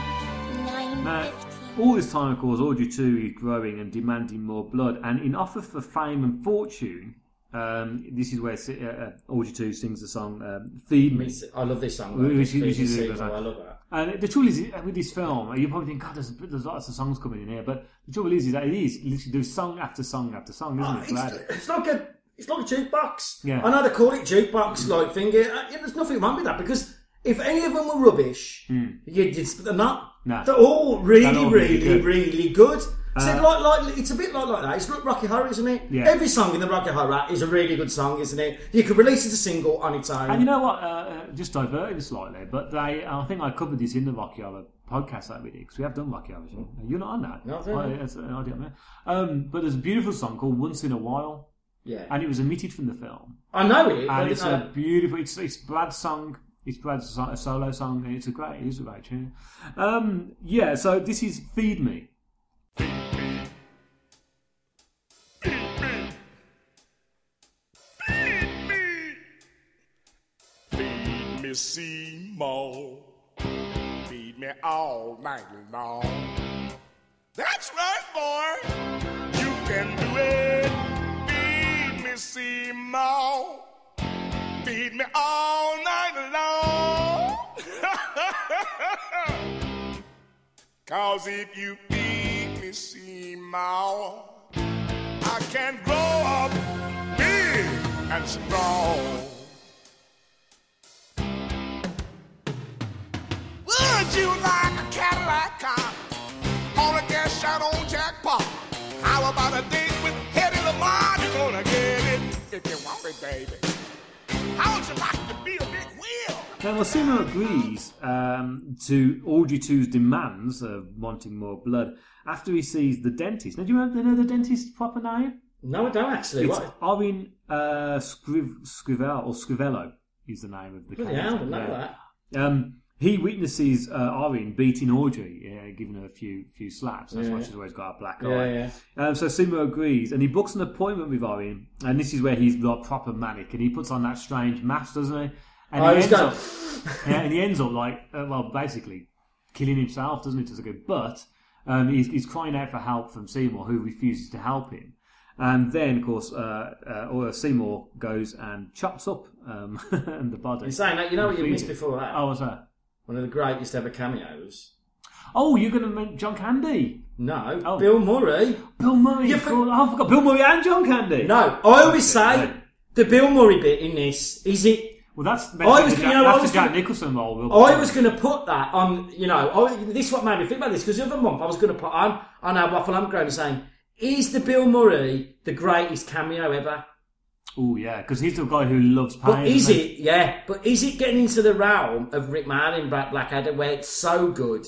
Now, 9:15. all this time, of course, Audrey 2 is growing and demanding more blood. And in Offer for Fame and Fortune, um, this is where si- uh, uh, Audrey 2 sings the song um, Feed Me. It's- I love this song. Which- though. It's which is really a good simple, song. I love that. And the trouble is, uh, with this film, you probably think, God, there's, there's lots of songs coming in here. But the trouble is, is that it is. Literally, there's song after song after song, isn't it? throughout it? Oh, It's, it's like a it's like a jukebox. Oh, Yeah. Mm. I know they call it jukebox like thing. Yeah, yeah, there's nothing wrong with that because if any of them were rubbish, you'd, you'd, they're not. No. They're all really, They're Mm. all really really, really good. Uh, good. so like, like, it's a bit like, like that. It's like Rocky Horror, isn't it? Yeah. Every song in the Rocky Horror is a really good song, isn't it? You could release it as a single on its own. And you know what? Uh, uh, just diverting slightly, but they, I think I covered this in the Rocky Horror podcast that we did because we have done Rocky Horror. show. You're not on that. No, I don't know. I, that's an idea, man. Um, but there's a beautiful song called Once in a While, yeah. and it was omitted from the film. I know it. but and it's I a know- beautiful. It's it's Brad's song. It's Brad's so- solo song, and it's a great. It is a great tune. Um, yeah. So this is "Feed Me." Feed me Seymour. Feed me all night long. That's right, boy. You can do it. Feed me Seymour. Feed me all night long. Cause if you feed me Seymour, I can grow up big and strong. Would you like a Cadillac car or a gas shot on jackpot? How about a date with Hedy Lamar? You're gonna get it if you want it, baby. How would you like to be a big wheel? Now, well, Seymour agrees um, to Audrey 2's demands of wanting more blood after he sees the dentist. Now, do you remember- know the dentist's proper name? No, I don't actually. It's What? Orin uh, Scriv- Scrivel or Scrivello is the name of the. Bloody character. hell, I didn't know Yeah. that. Um, he witnesses uh, Aryan beating Audrey, uh, giving her a few few slaps. That's why she's always got a black Yeah, eye. yeah. Um, so Sumo agrees, and he books an appointment with Aryan. And this is where he's like proper manic, and he puts on that strange mask, doesn't he? And Oh, he he's ends got- up, yeah, and he ends up like, uh, well, basically killing himself, doesn't he? To go, but um, he's, he's crying out for help from Seymour, who refuses to help him. And then, of course, uh, uh, or Seymour goes and chops up um, the body. You're saying that, you know what you Feed missed it. before that? Oh, what's that? One of the greatest ever cameos. Oh, you're going to make John Candy. No, Oh. Bill Murray. Bill Murray. You of for- course. Oh, I forgot. Bill Murray and John Candy. No, I always say Right. the Bill Murray bit in this is it. Well, that's meant I to was be gonna- Jack- you know, I that's was the Jack gonna- Nicholson role. Will I Ferrell. was going to put that on, you know, I, this is what made me think about this because the other month I was going to put on on our Waffle Home ground saying, Is the Bill Murray the greatest cameo ever? Oh yeah, because he's the guy who loves pain. But is isn't he? it? Yeah. But is it getting into the realm of Rick Martin in Black Blackadder where it's so good?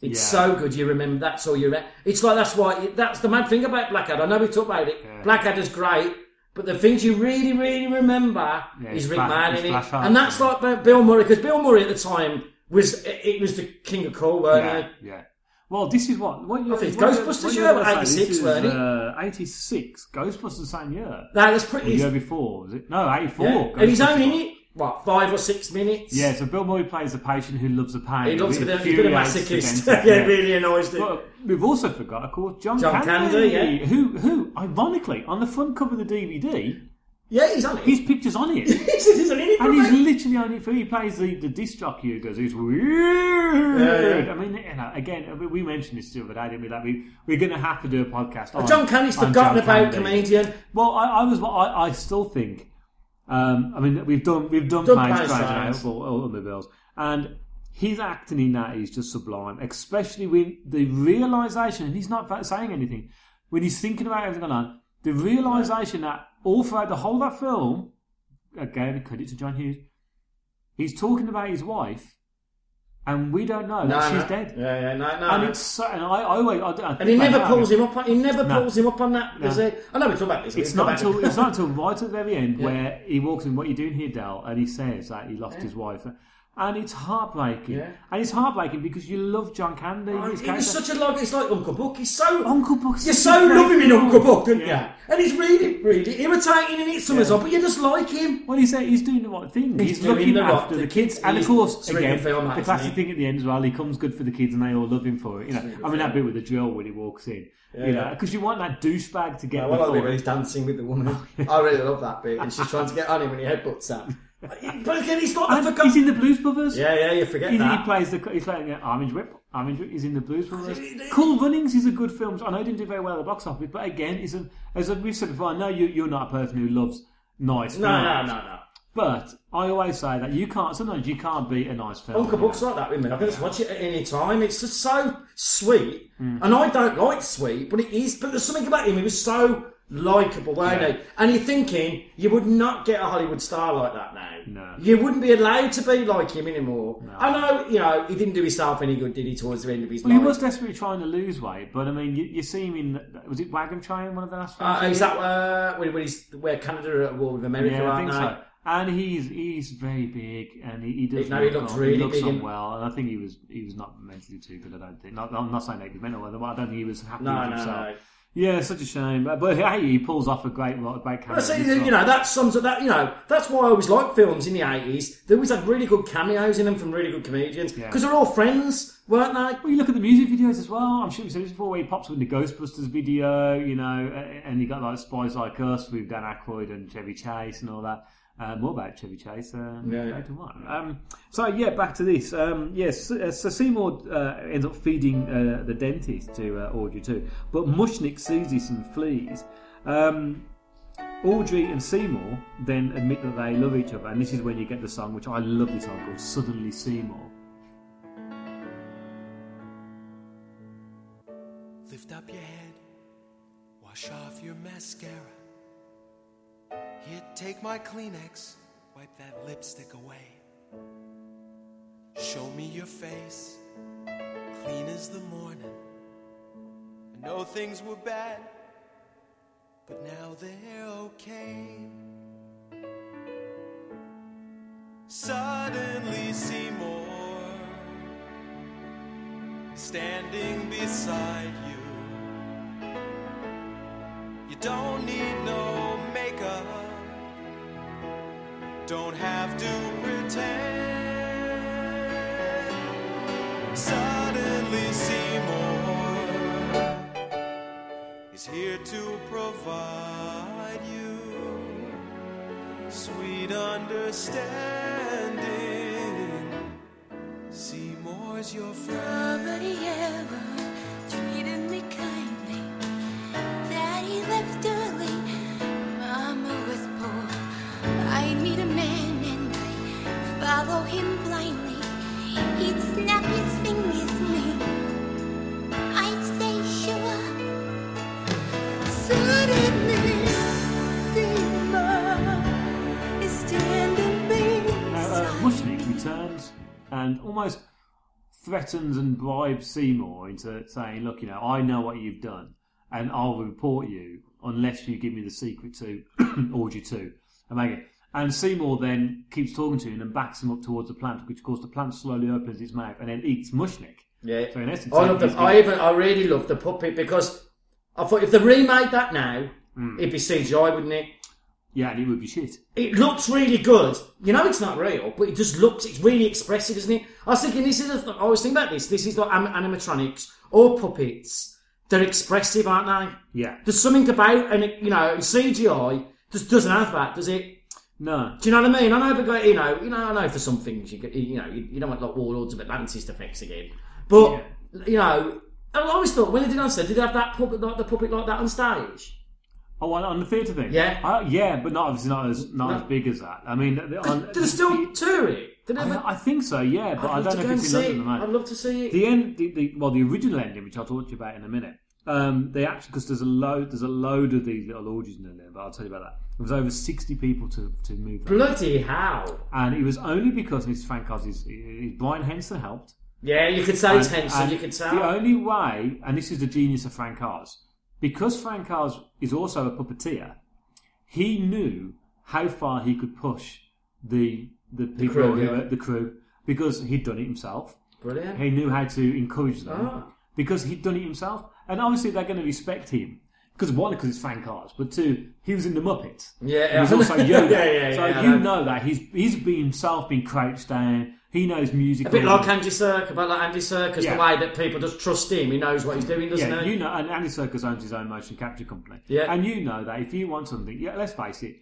It's Yeah. so good. You remember that's all you. Re- it's like that's why that's the mad thing about Blackadder. I know we talked about it. Yeah. Blackadder's great, but the things you really, really remember Yeah, is it's Rick flash- Martin it's in it, flash out. and that's like the Bill Murray because Bill Murray at the time was it it was the king of cool, weren't Yeah, he? yeah. Well, this is what what you. I think what you- uh, Ghostbusters what you year, were saying, 86, this is, weren't it? uh, Eighty-six. Ghostbusters same year. That was The pretty. year before was it? No, eighty-four. yeah. And he's Ghostbusters. only in it what five or six minutes. Yeah, so Bill Murray plays the patient who loves the pain. he loves a bit, he's a bit of infuriates the masochist. dentist, yeah, really annoys him. But we've also forgot, of course, John, John Candy, Candy, yeah. who, who, ironically, on the front cover of the DVD, yeah, he's on it. his picture's on it. He's, he's an idiot, And he's right? literally only for he plays the, the disc jockey who goes, it's weird. Yeah, yeah. I mean, you know, again, we- we mentioned this the other day, didn't we? That we, we're going to have to do a podcast on John Candy's on forgotten John about Candy. comedian. Well, I, I was, I, I still think, um, I mean, we've done, we've done, Done Planes, Planes, Trains, and Trains. Automobiles, Automobiles, and his acting in that is just sublime, especially when the realization, and he's not fa- saying anything, when he's thinking about everything going on, the realization that all throughout the whole of that film, again, credit to John Hughes, he's talking about his wife, and we don't know that she's dead. Yeah, yeah, no, no. And no. it's so, and I, I always, I, I think and he about never that, I pulls go, him up. On, he never No. pulls him up on that. Does No. he? I know we talk about this. It's we'll not talk about until it. it's not until right at the very end Yeah. where he walks in. What you doing here, Dal? And he says that he lost his wife, and it's heartbreaking. Yeah. And it's heartbreaking because you love John Candy. his It was character. such a love. It's like Uncle Buck. He's so Uncle Buck's You're such so a great loving in film. Uncle Buck, aren't Yeah. you? And he's really, really irritating and it's summers Yeah. up, but you just like him. Well, he's, he's doing the right thing. He's He's, doing looking the right after the thing. kids, and of He's course, doing again, the film, the hasn't classic he? thing at the end as well. He comes good for the kids, and they all love him for it. You know, I mean that bit with the drill when he walks in. you know, because you want that douchebag to get. the thought. dancing with the woman. Oh, I really love that bit. And she's trying to get on him and he headbutts her. But again, he's not And he's in the Blues Brothers. Yeah, yeah, you forget He, he that. plays the he's playing uh, Armin's Whip. Armin's Whip is in the Blues Brothers. Did he do- Cool Runnings is a good film. I know it didn't do very well at the box office, but again, it's an, as we've said before, I know you, you're not a person who loves nice No, films. no, no, no. But I always say that you can't. Sometimes you can't beat a nice film. Uncle Buck's like that with me. I can just watch it at any time. It's just so sweet, Mm. and I don't like sweet, but it is. But there's something about him. He was so likable, weren't he? And you're thinking you would not get a Hollywood star like that now. No. you wouldn't be allowed to be like him anymore. I know. You know, he didn't do himself any good, did he? Towards the end of his Well, he life. was desperately trying to lose weight, but I mean, you, you see him in was it Wagon Train, one of the last films? Uh, is that uh, when, when he's where Canada are at war with America? yeah, I aren't think they? so. And he's he's very big, and he, he does. No, he look looks on- really he looks big on and- well, and I think he was he was not mentally too good. I don't think. Not, I'm not saying that he was mental, but I don't think he was happy No, with no, himself. no. Yeah, such a shame. But, but hey, he pulls off a great, a great cameo. I say, He's you got- know, that sums up that, you know, that's why I always liked films in the 80s. They always had really good cameos in them from really good comedians Yeah. because they're all friends, weren't they? Well, you look at the music videos as well. I'm sure we said this before, where he pops up in the Ghostbusters video, you know, a- and you got like Spies Like Us with Dan Aykroyd and Chevy Chase and all that. Uh, more about Chevy Chase um, Yeah, yeah. later on. Um, so yeah, back to this. Um, yes, uh, so Seymour uh, ends up feeding uh, the dentist to uh, Audrey too, but Mushnik sees this and flees. Um, Audrey and Seymour then admit that they love each other, and this is when you get the song, which I love this song called "Suddenly Seymour." Lift up your head, wash off your mascara. Here, take my Kleenex, wipe that lipstick away. Show me your face, clean as the morning. I know things were bad, but now they're okay. Suddenly, see more standing beside you. You don't need no makeup, don't have to pretend. Suddenly, Seymour is here to provide you sweet understanding. Seymour's your friend. Nobody ever treated me kindly. Daddy left early. Mama was poor. I need a man and I follow him blindly. He'd snap his fingers at me. I'd say sure. Suddenly, Seymour is standing Now, beside uh, Mushnik returns and almost threatens and bribes Seymour into saying, "Look, you know, I know what you've done, and I'll report you unless you give me the secret to Orgy Two Omega." And Seymour then keeps talking to him and backs him up towards the plant, which of course the plant slowly opens its mouth and then eats Mushnik. Yeah. So in essence, I love he's the, got- I even I really love the puppet because I thought if they remade that now, Hmm. it'd be CGI, wouldn't it? Yeah, and it would be shit. It looks really good. You know it's not real, but it just looks. It's really expressive, isn't it? I was thinking this is. A, I was thinking about this. This is like anim- animatronics or puppets. They're expressive, aren't they? Yeah. There's something about and you know CGI just doesn't have that, does it? No. Do you know what I mean? I know, but like, you know, you know, I know for some things you get- you know you, you don't want like Warlords of Atlantis to fix again, but you know, I always thought when they did answer, did they have that puppet like the puppet like that on stage? Oh, on, on the theatre thing. Yeah. I, yeah, but not obviously not as not No. as big as that. I mean, the- on, Did they still tour it? Did they ever- I, I think so. Yeah, but I'd I love don't to know go if and it's in see London. at the it. moment. I'd love to see it. the end, the, the well, the original ending, which I'll talk to you about in a minute. Um, they actually because there's a load, there's a load of these little orgies in there, but I'll tell you about that. There was over sixty people to to move, that. Bloody hell! and it was only because and it's Frank Oz, Brian Henson helped. Yeah, you could say it's And- Henson. and You could say The only way, and this is the genius of Frank Oz, because Frank Oz is also a puppeteer, he knew how far he could push the the people crew, who yeah. were- the crew because he'd done it himself. brilliant. He knew how to encourage them Ah. because he'd done it himself, and obviously they're going to respect him. Because one, because it's Frank Oz, but two, he was in the Muppets. Yeah, he was also Yoda. Yeah, yeah, so yeah, I you know. know that he's he's been himself, been crouched down. He knows music. A bit like Andy Serk, about like Andy Serk, Mm. Yeah. the way that people just trust him. He knows what he's doing, doesn't yeah, he? you know, and Andy Serkis owns his own motion capture company. Yeah. and you know that if you want something, yeah, let's face it.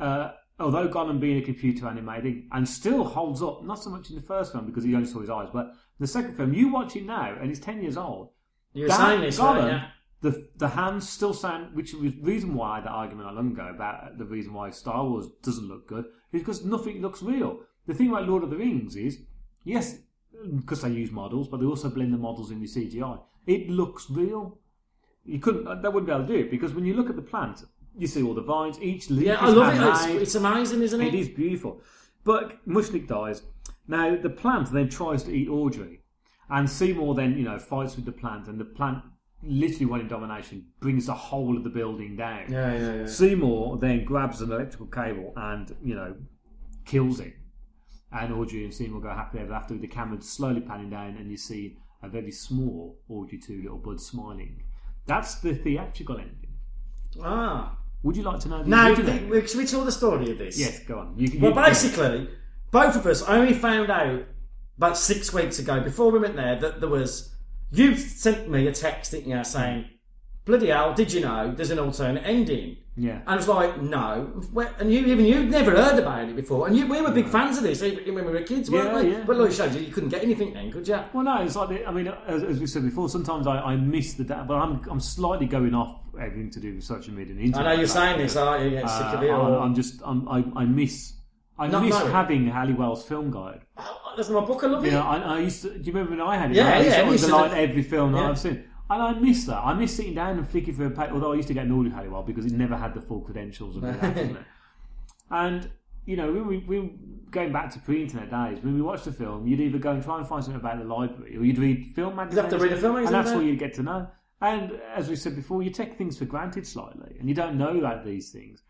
Uh, although Gollum being a computer animated and still holds up, not so much in the first one because he only saw his eyes, but the second film, you watch it now and it's ten years old. You were That saying this, Gollum, weren't you? the the hands still sound, which was the reason why that argument I long ago about the reason why Star Wars doesn't look good is because nothing looks real. The thing about Lord of the Rings is, yes, because they use models, but they also blend the models in with CGI. It looks real. You couldn't, uh, they wouldn't be able to do it because when you look at the plant, you see all the vines. Each leaf Yeah, I is love it. handmade. It's, it's amazing, isn't it? It is beautiful. But Mushnik dies. Now the plant then tries to eat Audrey, and Seymour then you know fights with the plant, and the plant literally when in domination brings the whole of the building down. Yeah, yeah, yeah. Seymour then grabs an electrical cable and you know kills it, and Audrey and Seymour go happily ever after with the camera slowly panning down, and you see a very small Audrey two little bud smiling. That's the theatrical ending. Ah. Would you like to know the Now, original? th- ending? we- should we tell the story of this? Yes, go on. You, can- Well, you- basically, both of us only found out about six weeks ago, before we went there, that there was. You sent me a text, didn't you, saying, bloody hell, did you know there's an alternate ending? yeah. And I was like, no. Where- And you even you'd never heard about it before. And you, we were big fans of this even when we were kids, weren't Yeah, we? yeah. But like it shows you, you couldn't get anything then, could you? Well, no, it's like the, I mean, as, as we said before, sometimes I, I miss the data, but I'm I'm slightly going off everything to do with social media and the I internet. know you're saying this, aren't you? You Get Uh, sick of it. I'm, or- I'm just I'm, I I miss I Not miss knowing. having Halliwell's film guide. Oh, that's my book. I love You it. know, I, I used to. Do you remember when I had it? Yeah, I used yeah, to I used to underline look- every film that yeah. I've seen. And I miss that. I miss sitting down and flicking through a page. Although I used to get annoyed with Halliwell because it never had the full credentials of that, didn't it? And you know, when we, we going back to pre-internet days, when we watched a film, you'd either go and try and find something about the library, or you'd read film magazines. read a film and magazine, that's yeah. all you'd get to know. And as we said before, you take things for granted slightly, and you don't know about these things.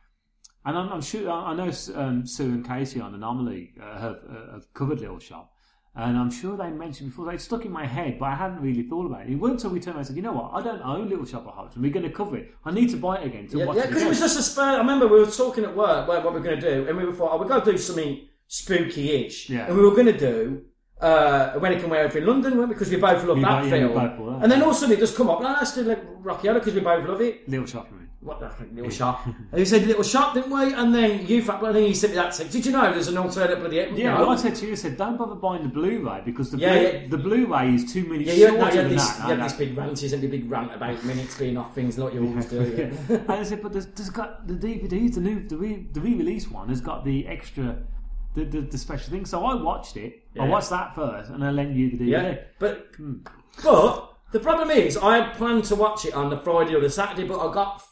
And I'm, I'm sure I I know um, Sue and Casey on Anomaly uh, have, uh, have covered Little Shop, and I'm sure they mentioned before. They stuck in my head, but I hadn't really thought about it. It wasn't until we turned around and said, "You know what? I don't own Little Shop of Horrors, and we're going to cover it. I need to buy it again to Yeah, watch yeah, it." because it again." was just a spur. I remember we were talking at work about what we were going to do, and we were thought, oh, we've got to do something spooky-ish. Yeah. And we were going to do uh, When It Can Wear Off in London, weren't we? because we both love We that both- yeah, we film. both love that. and then all of a sudden it just come up, no, let's do like Rocky Horror because we both love it. Little Shop, I mean. What the little shop? And you said little shop, didn't we? And then you, fa- well, then you sent me that text. Did you know there's an alternate bloody end? Yeah, no. well, I said to you, I said, don't bother buying the Blu-ray because the Yeah, Blu- yeah. the Blu-ray is two minutes yeah, you had, no, shorter you had than this, that. you No, had no. this big rant. You sent me a big rant about minutes being off things like you always do. Yeah. and I said, but there's, there's got the DVDs, the new, the, re, the re-release one has got the extra, the, the, the special thing. So I watched it. I Yeah. watched that first, and I lent you the DVD. Yeah, but Hmm. but the problem is, I had planned to watch it on the Friday or the Saturday, but I got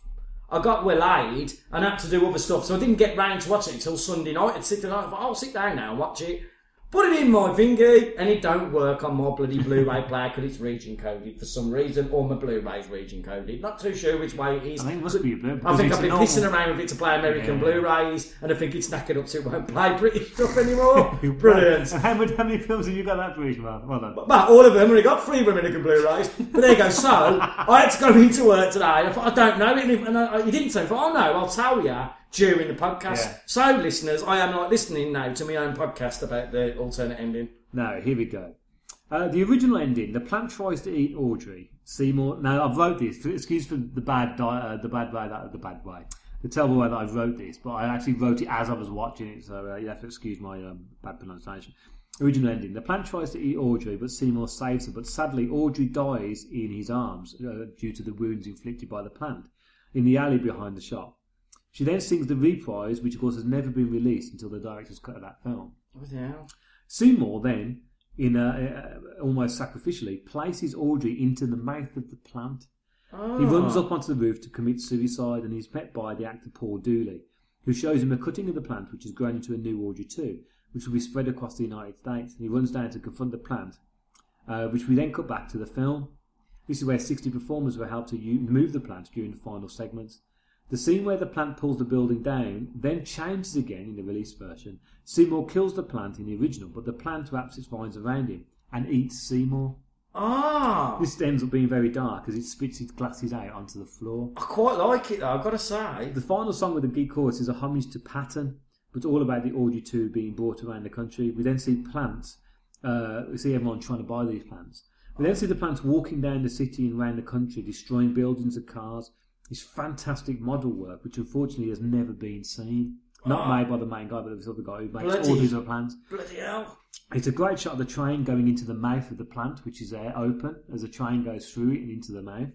I got waylaid and had to do other stuff, so I didn't get round to watching it until Sunday night. I'd sit down, I thought, I'll sit down now and watch it. Put it in my thingy, and it don't work on my bloody Blu-ray player because it's region coded for some reason, or my Blu-ray's region coded. Not too sure which way it is. I think it must be a blue. I because think it's I've been normal. pissing around with it to play American Yeah. Blu-rays, and I think it's knackered up so it won't play British stuff anymore. Brilliant. How many, how many films have you got that for each man? Well done. But all of them, and I got three Dominican Blu-rays. But there you go. So I had to go into work today. And I thought, I don't know. And, if, and I, he didn't say, I thought, oh no, I'll tell you during the podcast. Yeah. So listeners, I am like listening now to my own podcast about the alternate ending. No, here we go. Uh, the original ending: the plant tries to eat Audrey. Seymour. Now I've wrote this. Excuse for the bad, di- uh, the bad way that the bad way, the terrible way that I wrote this. But I actually wrote it as I was watching it, so uh, you have to excuse my um, bad pronunciation. Original ending: the plant tries to eat Audrey, but Seymour saves her. But sadly, Audrey dies in his arms uh, due to the wounds inflicted by the plant in the alley behind the shop. She then sings the reprise, which of course has never been released until the director's cut of that film. Seymour then, in a, a, almost sacrificially, places Audrey into the mouth of the plant. He runs up onto the roof to commit suicide, and he's met by the actor Paul Dooley, who shows him a cutting of the plant, which has grown into a new Audrey too, which will be spread across the United States. And he runs down to confront the plant, uh, which we then cut back to the film. This is where 60 performers were helped to u- move the plant during the final segments. The scene where the plant pulls the building down then changes again in the release version. Seymour kills the plant in the original, but the plant wraps its vines around him and eats Seymour. Ah, This ends up being very dark as it spits its glasses out onto the floor. I quite like it though. I've got to say. The final song of the geek chorus is a homage to Patton, but all about the Audrey 2 being bought around the country. We then see plants, uh, we see everyone trying to buy these plants. We then see the plants walking down the city and around the country, destroying buildings and cars. It's fantastic model work, which unfortunately has never been seen. Not Ah. made by the main guy, but this other guy who makes Bloody- all these other plants. Bloody hell. It's a great shot of the train going into the mouth of the plant, which is uh, open as the train goes through it and into the mouth.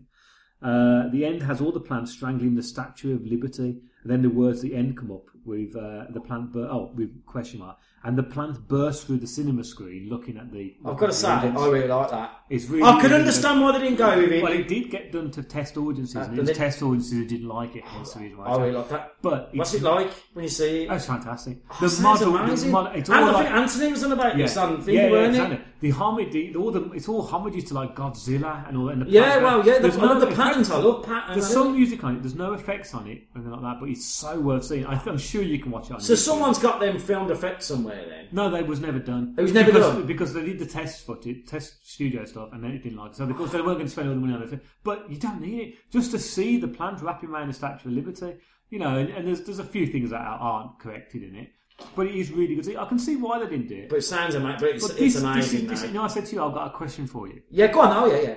Uh, the end has all the plants strangling the Statue of Liberty, and then the words "the end" come up with uh, the plant. Bur- oh, with question mark, and the plant bursts through the cinema screen, looking at the. I've got to say, I really like that. it's really. I could really understand why they didn't go with good. Well, it. it did get done to test audiences, and Uh, it was they- test audiences who didn't like it. Hence the reason why. I I really chose it. like that. But What's it's- it like when you see it? That's fantastic. That the sounds model, the amazing. model, it's and all I like, think Anthony was on about this on thing, yeah, yeah, weren't exactly. it? The homage, the, all the, it's all homages to like Godzilla and all. And the Yeah, pattern. well, yeah, the, There's I love the effects. patterns. I love patterns. There's some music on it. There's no effects on it, or anything like that. But it's so worth seeing. I, I'm sure you can watch it. on So YouTube. someone's got them filmed effects somewhere then. No, that was never done. It was never because, done? because they did the test footage, test studio stuff, and they didn't like it. So of course they weren't going to spend all the money on it. But you don't need it just to see the plant wrapping around the Statue of Liberty. You know, and, and there's there's a few things that aren't corrected in it, but it is really good. I can see why they didn't do it. But it sounds amazing. But it's, But it's this, this amazing. is, this is, though. you know, I said to you, I've got a question for you. yeah, go on. Oh yeah, yeah.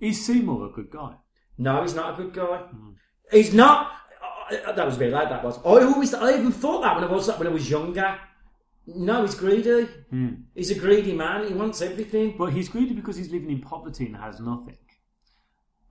Is Seymour a good guy? No, he's not a good guy. Hmm. He's not. I- I- that was really like that was. I always, I even thought that when I was when I was younger. No, he's greedy. Hmm. He's a greedy man. He wants everything. Well, he's greedy because he's living in poverty and has nothing.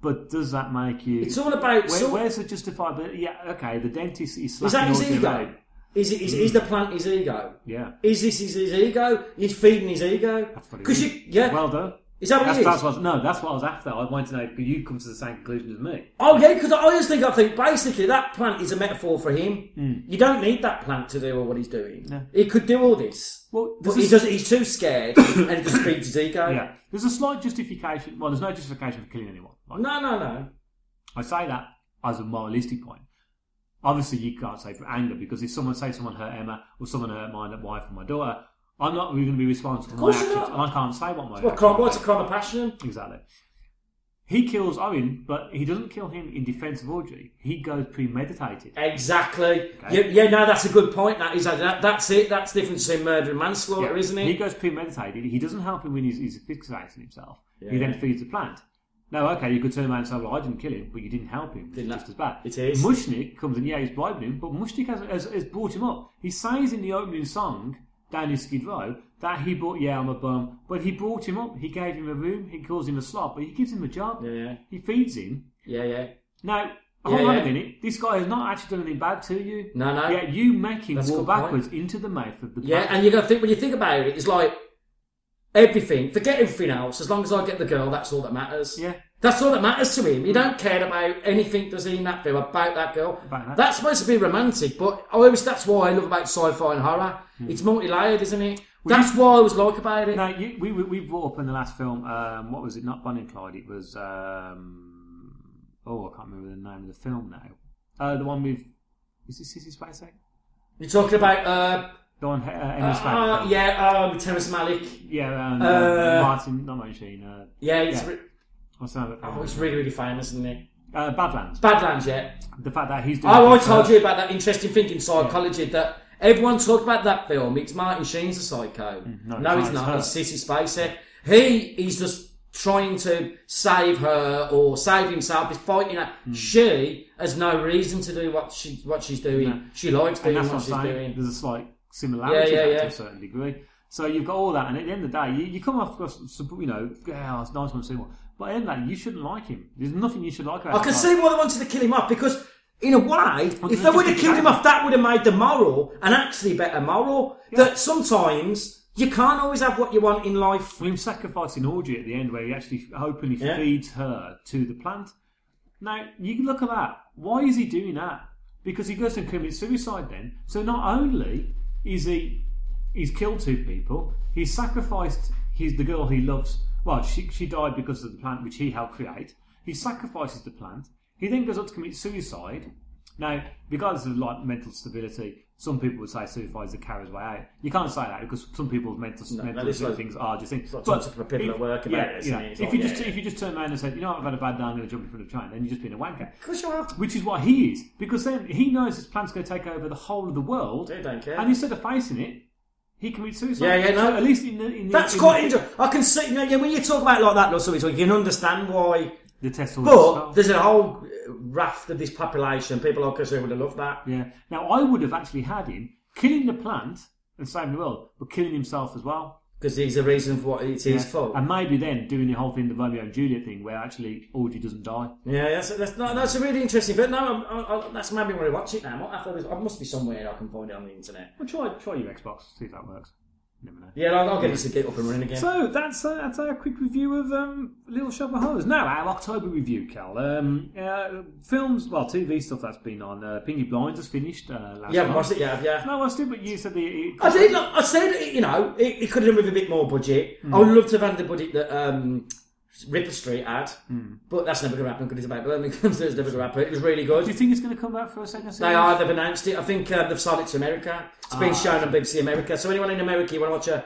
But does that make you? It's all about. Where, some- where's the justifiability? Yeah, okay. The dentist is is that slapping his Audrey ego? around. Is, it, is, Hmm. is the plant his ego? Yeah, Is this his, his ego? He's feeding his ego. that's what it Because is. you, yeah. Well done. Is that what that's, it is? that's what, no, that's what I was after. I wanted to know because you come to the same conclusion as me. Oh yeah, because I just think I think basically that plant is a metaphor for him. Mm. You don't need that plant to do all what he's doing. No. He could do all this, Well, but there's he a- does. He's too scared, and he just feeds his ego. Yeah, there's a slight justification. Well, there's no justification for killing anyone. Like, No, no, no. I say that as a moralistic point. Obviously, you can't say for anger because if someone say someone hurt Emma or someone hurt my wife or my daughter, I'm not really going to be responsible for my course actions. you're And not. I can't say what my What crime? What's a crime of passion? exactly. He kills Owen, but he doesn't kill him in defence of Audrey. He goes premeditated. Exactly. Okay. Yeah, yeah, no, that's a good point. That is that, that's it. That's the difference between murder and manslaughter, isn't He it? goes premeditated. He doesn't help him when he's, he's fixating himself. He then feeds the plant. No, okay, you could turn around and say, well, I didn't kill him, but you didn't help him. Didn't it's just that- as bad. it is. Mushnik comes in, yeah, he's bribing him, but Mushnik has, has, has brought him up. He says in the opening song, down in Skid Row, that he bought, yeah, I'm a bum, but he brought him up. He gave him a room, he calls him a slob, but he gives him a job. Yeah, He feeds him. yeah, yeah. Now, hold Yeah, on a yeah. minute. This guy has not actually done anything bad to you. No, no. Yet you make him That's a walk good point. backwards into the mouth of the Yeah, plant. and you got to think when you think about it, it's like everything. Forget everything else. As long as I get the girl, that's all that matters. Yeah. That's all that matters to him. He don't care about anything does he in that film about that girl. About that. That's supposed to be romantic, but I always that's what I love about sci-fi and horror. It's multi-layered, isn't it? that's what I always like about it. Hmm. No, you, we, we we brought up in the last film. Um, what was it? Not Bonnie and Clyde. It was. Um, oh, I can't remember the name of the film now. Uh, the one with is it Sissy Spacek? You're talking about uh, The one uh, Emma's uh, favourite film. yeah, um, Terrence Malick. yeah, and, Uh, Martin, not Martin Sheen. Uh, Yeah, it's, Yeah. Re- what's the name of that oh, film? it's really really famous, isn't it? Uh, Badlands. Badlands, yeah. The fact that he's doing. Oh, I this, told uh, you about that interesting thing in psychology that everyone talked about that film. It's Martin Sheen's a psycho. no, no, it's it's Mm, not, not. it's It's Sissy Spacek. He is just trying to save her or save himself. He's fighting her. She has no reason to do what she what she's doing. Mm. No. She likes And doing that's what what I'm she's saying. doing. There's a slight similarity Yeah, yeah, there to yeah. a certain degree. So you've got all that, and at the end of the day, you, you come off, with some- you know, yeah, it's a nice one, see one. But at the end of the day, you shouldn't like him. There's nothing you should like about I him. can see why they wanted to kill him off because. In a way, if they just would have because killed they- him off, that would have made the moral an actually better moral. That sometimes you can't always have what you want in life. Well, him sacrificing Audrey at the end, where he actually openly Yeah. feeds her to the plant. Now, you can look at that. Why is he doing that? Because he goes and commits suicide then. So not only is he he's killed two people, he's sacrificed his the girl he loves. Well, she, she died because of the plant which he helped create. He sacrifices the plant. He then goes up to commit suicide. Now, regardless of like mental stability, some people would say suicide is the carrier's way out. You can't say that because some people's mental, mental this was- things are just things. like But talking to people if- at work about yeah, this, you know, and it's if like, you yeah, just yeah. if you just turn around and said, you know, what, I've had a bad day, I'm going to jump in front of a train, then you're just being a wanker. Because you have. Which is what he is, because then he knows his plan's going to take over the whole of the world. They don't care. And instead of facing it, he commits suicide. Yeah, yeah, no. So at least in the, in the That's in quite the, interesting. I can see. You know, yeah, when you talk about it like that, lots of it, you can understand why. the test. all this But stuff. there's a whole uh, raft of this population. People like us who would have loved that. yeah. Now I would have actually had him killing the plant and saving the world, but killing himself as well. Because there's a reason for what it's his fault. And maybe then doing the whole thing, the Romeo and Juliet thing, where actually Audrey doesn't die. Yeah, that's, that's, no, that's a really interesting. But no, I'm, I, I, that's made me want to watch it now. I, thought it was, I must be somewhere I can find it on the internet. Well, try try your Xbox, see if that works. Never know. Yeah, I'll, I'll get this to get up and running again. So that's uh, that's our quick review of um, Little Shop of Horrors. Now our October review, Cal. Um, uh, films, well, TV stuff that's been on. Uh, Pinky Blinds has finished uh, last. yeah, month. watched it. Yeah, yeah. No, I watched it, but you said the. It, I did. Look, I said, you know, it, it could have done with a bit more budget. Hmm. I would love to have had the budget that um, Ripper Street had, Hmm. but that's never going to happen because it's about Birmingham, so it's never going to happen. It was really Do you good. think it's going to come back for a second season? They are. They've announced it. I think uh, they've sold it to America. It's Ah. been shown on BBC America. So anyone in America, you want to watch a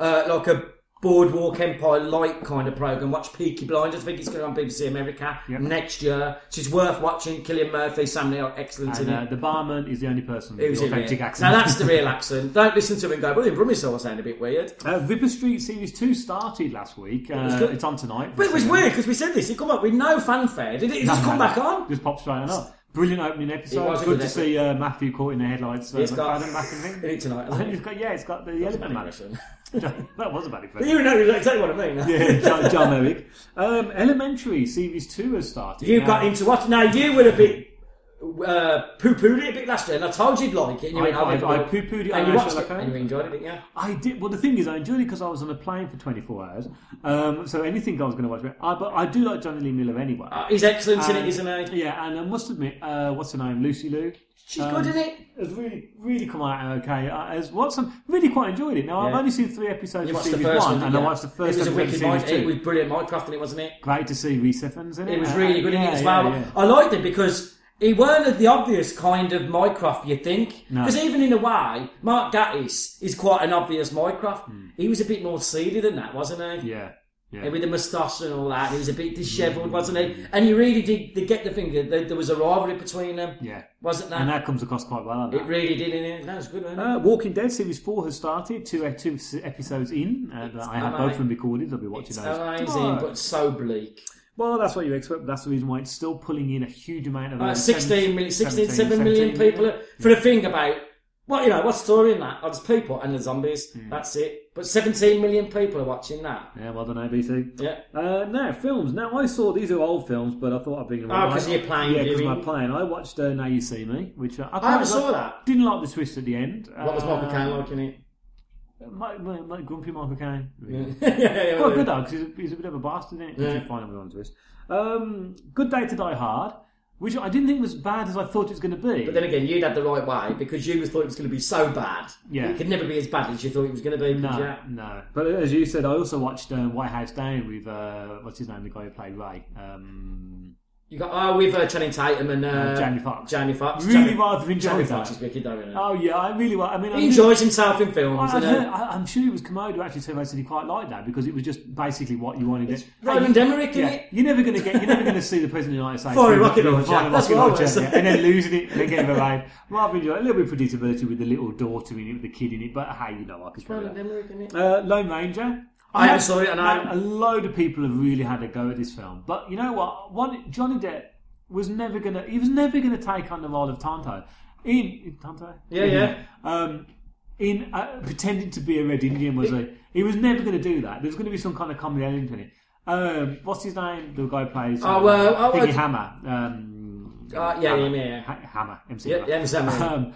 uh, like a Boardwalk Empire light kind of program, watch Peaky Blinders. I think it's going to be on BBC America Yep. next year. So it's worth watching. Killian Murphy, Sam Neill, excellent And, in uh, it. the barman is the only person It with was the in authentic it. accent. Now that's the real accent. Don't listen to him and go, well, in Brummies, I sound a bit weird. uh, Ripper Street Series 2 started last week. was Uh, good. it's on tonight. But it was weird because we said this. It come up with no fanfare. Did it? It just come back on. Just popped straight on up. Brilliant opening episode. It was a good good to episode. see uh, Matthew caught in the headlights. Uh, It's got McFadden back in thing. in it tonight. And hasn't it's it? got, yeah, it's got the Bad elephant man. impression. that was a bad impression. You know exactly what I mean. Yeah, John, John Merrick. Um, Elementary series two has started. You now. got into what? Now you were a bit uh, poo-pooed it a bit last year, and I told you you'd like it. And you I- went, I- didn't I like poo-pooed it, and and I you watched said, it, "Okay." and you enjoyed it, didn't you? I did. Well, the thing is, I enjoyed it because I was on a plane for twenty four hours. Um, so anything I was going to watch, I, but I do like Johnny Lee Miller anyway. Uh, he's uh, excellent in it, And- um, isn't he? Yeah, and I must admit, uh, what's her name, Lucy Lou, She's good in it. has really, really come out okay. Uh, as Watson, really quite enjoyed it. Now I've Yeah. only seen three episodes You of watched the series first one, and didn't I you? watched the first It was a episode of wicked series mind. two. It was brilliant Minecraft in it, wasn't it? Great to see Reese Evans in it. It was Uh, really good in yeah, it as well. yeah, yeah. I liked it because he weren't the obvious kind of Mycroft you think. No. Because even in a way, Mark Gattis is quite an obvious Mycroft. He was a bit more seedy than that, wasn't he? Hmm. Yeah, Hmm. yeah. And With the moustache and all that, he was a bit dishevelled, wasn't he? And you really did, did get the thing that there- there was a rivalry between them, Yeah. wasn't and that? that comes across quite well. doesn't It really did, innit? That was good, wasn't it? Uh, Walking Dead series four has started. Two, uh, two s- episodes in. And It's I have both of them recorded. I'll be watching it's those. amazing, tomorrow. but so bleak. well, that's what you expect. But that's the reason why it's still pulling in a huge amount of Uh, uh, 16 million, 16, 7 million 17 people for the thing about well, you know, what's story in that? Oh, there's people and the zombies. Hmm. That's it. But 17 million people are watching that. Yeah, well done, ABC. Yeah. Uh, now films. Now I saw these are old films, but I thought I'd bring them. Oh, along. 'cause you're playing, Yeah, because viewing. my playing. I watched uh, Now You See Me, which uh, I, quite haven't liked- saw that. Didn't like the twist at the end. Uh, What was Michael Caine like in it? Like, like, like Grumpy Michael Caine. Really. yeah, yeah, yeah. Quite good though, because he's, a- he's a bit of a bastard, isn't he? Um, Yeah. Which is fine, I'm on to this. Um, good Day to Die Hard, which I didn't think was bad as I thought it was going to be. But then again, you'd had the right way because you thought it was going to be so bad. Yeah. It could never be as bad as you thought it was going to be. no, because, yeah. no. But as you said, I also watched uh, White House Down with uh, what's his name, the guy who played Ray, um, You got oh with uh, Channing Tatum and uh, Jamie Foxx. Jamie Fox. Really rather enjoyed Jamie that. Fox is wicked, don't you know? Oh yeah, Oh, I really. wa- I mean, I He enjoys himself in films. I, I you know? heard, uh, I, I'm sure it was Komodo actually turned around and said he quite liked that because it was just basically what you wanted. It's Roland Emmerich, isn't yeah, it? You're never going to get. You're never going to see the president of the United States Fire a win- rocket win- launcher. fire a That's rocket what I launcher, always yeah, say. and then losing it and then getting around. Rather enjoy a little bit of predictability with the little daughter in it, with the kid in it. But hey, you know I could probably. Roland Emmerich, isn't it? Uh, Lone Ranger. I haven't saw it, and Man, I- a load of people have really had a go at this film. But you know what? One Johnny Depp was never gonna. He was never gonna take on the role of Tonto. In Tonto. Yeah, yeah. Um, in uh, pretending to be a Red Indian was he? He was never going to do that. There was going to be some kind of comedy element in it. Um, what's his name? The guy who plays. Oh, well, uh, oh, Thingy I- Hammer. Um, Uh, yeah, Hammer. yeah, yeah, yeah. Ha- Hammer. MC. Yeah, Hammer. yeah, MC Hammer. Um,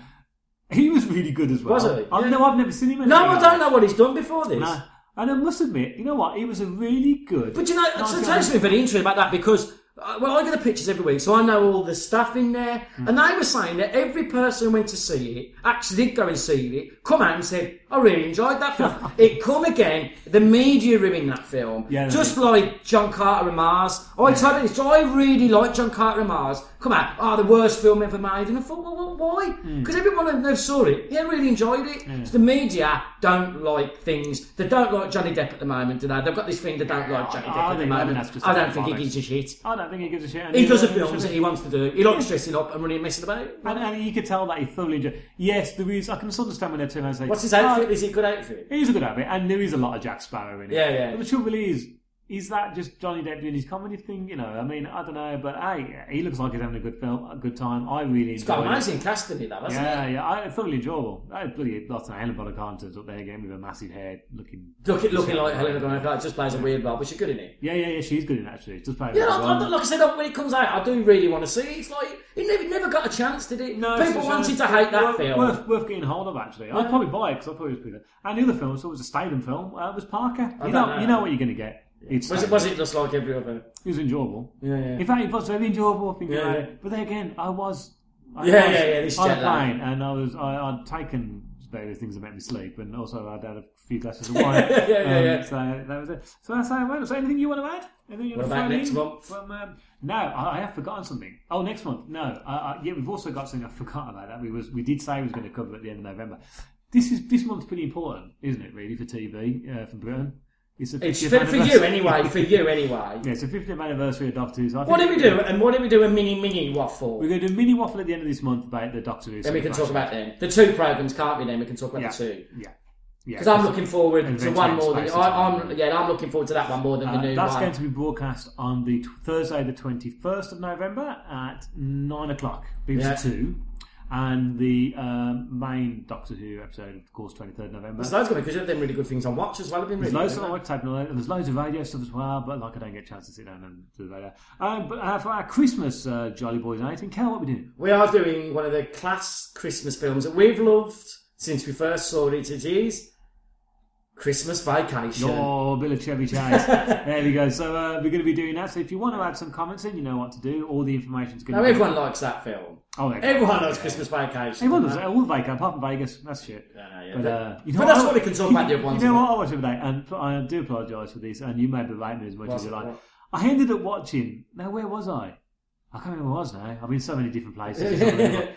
he was really good as well. Was he? I, Yeah. No, I've never seen him. in No, anything I like don't that. know what he's done before this. No. Uh, And I must admit, you know what? He was a really good. But you know, nice it's guy. actually very interesting about that because uh, well, I get the pictures every week, so I know all the staff in there, and they were saying that every person who went to see it actually did go and see it, come out and said, "I really enjoyed that film." it come again, the media ruined that film, Yeah, they just like John Carter and Mars. I totally, so I really like John Carter and Mars. Come out, ah, the worst film ever made, and I thought, well, well why? Because everyone who saw it, yeah, really enjoyed it. So the media don't like things. They don't like Johnny Depp at the moment, do they? They've got this thing Ah, they don't like Johnny Depp I think- I at the think moment. that's just I a don't think he bollocks. gives a shit. I don't think he gives a shit. And He does the and films that he wants to do. He likes dressing up and running and messing about. And, and you could tell that he thoroughly enjoyed. Yes, there is. I can sort of understand when they're turning around and saying, What's his outfit? Is it a good outfit? He's a good habit, and there is a lot of Jack Sparrow in it. Yeah, yeah. But the trouble is, is that just Johnny Depp doing his comedy thing? You know, I mean, I don't know, but hey, he looks like he's having a good film, a good time. I really He's got enjoyed an it. amazing cast in it, though, hasn't Yeah, yeah, I thoroughly enjoyable. I bloody lots of Helen Bonham Carter up there again with her massive hair, looking. he? Look, looking like Helena Bonham Carter just plays a weird role, but she's good in it. Yeah, yeah, yeah. She's good in it, actually. Just playing. Yeah, I, I, like I said, when it comes out, I do really want to see it. It's like, it never, never got a chance, did it? No, People it's- wanted it's- to hate that worth, film. Worth, worth getting hold of, actually. I'd probably buy it because I thought it was pretty good. And the other film, so it was a Statham film. Uh, it was Parker. You don't know, know. you know what you're going to get. It's was, it, Statham. was it just like every other? It was enjoyable. Yeah, yeah. In fact, it was very enjoyable. Thinking Yeah, about yeah. it. But then again, I was. I Yeah, was yeah, yeah, this on a jet lag. plane, and I was I, I'd taken various things that made me sleep, and also I'd had a few glasses of wine. Yeah, yeah, um, yeah. So that was it. So that's how it went. So anything you want to add? Anything you What want to about throw next in? month? From, um, no, I, I have forgotten something. Oh, next month? No. I, I, yeah, we've also got something I forgot about that. We was we did say we was going to cover at the end of November. This is this month's pretty important, isn't it? Really for TV uh, for Britain. It's, the It's 50th for, for you anniversary. anyway, for you anyway. Yeah, it's the 50th anniversary of Doctor Who. So I What do think- we do? And what do we do a mini mini waffle? We're going to do a mini waffle at the end of this month about the Doctor Who. Then we can talk celebration. about them. The two programs can't we? Then we can talk about yeah. the two. Yeah, yeah. Because I'm looking forward to Adventure one in more. Than, Space I, and I'm yeah, I'm looking forward to that one more than Uh, the new that's one. going to be broadcast on the t- Thursday, the 21st of November at 9 o'clock, BBC Yeah. 2. And the um, main Doctor Who episode, of course, 23rd November. There's loads of because you've done really good things on Watch as well. I've been really There's loads good, of haven't like typing all that, and there's loads of radio stuff as well, but like I don't get a chance to sit down and do the radio. Um, but uh, for our Christmas uh, Jolly Boys night, and Cal, what we doing? I? We are doing one of the class Christmas films that we've loved since we first saw it. It is Christmas Vacation. Oh, Bill of Chevy Chase. there we go. So uh, we're going to be doing that. So if you want to add some comments in, you know what to do. All the information's going Now to be. everyone likes that film. Oh, there you go. Everyone loves Christmas Vacation. Everyone does it. All Vegas, apart from Vegas. That's shit. Yeah, yeah. But, uh, you know But that's I- what we can talk about the other ones, You know isn't what? I watched it today, and pl- I do apologise for this, and you may be right me as much What? as you like. What? I ended up watching. Now, where was I? I can't remember where I was now. I've been in so many different places. It's unbelievable.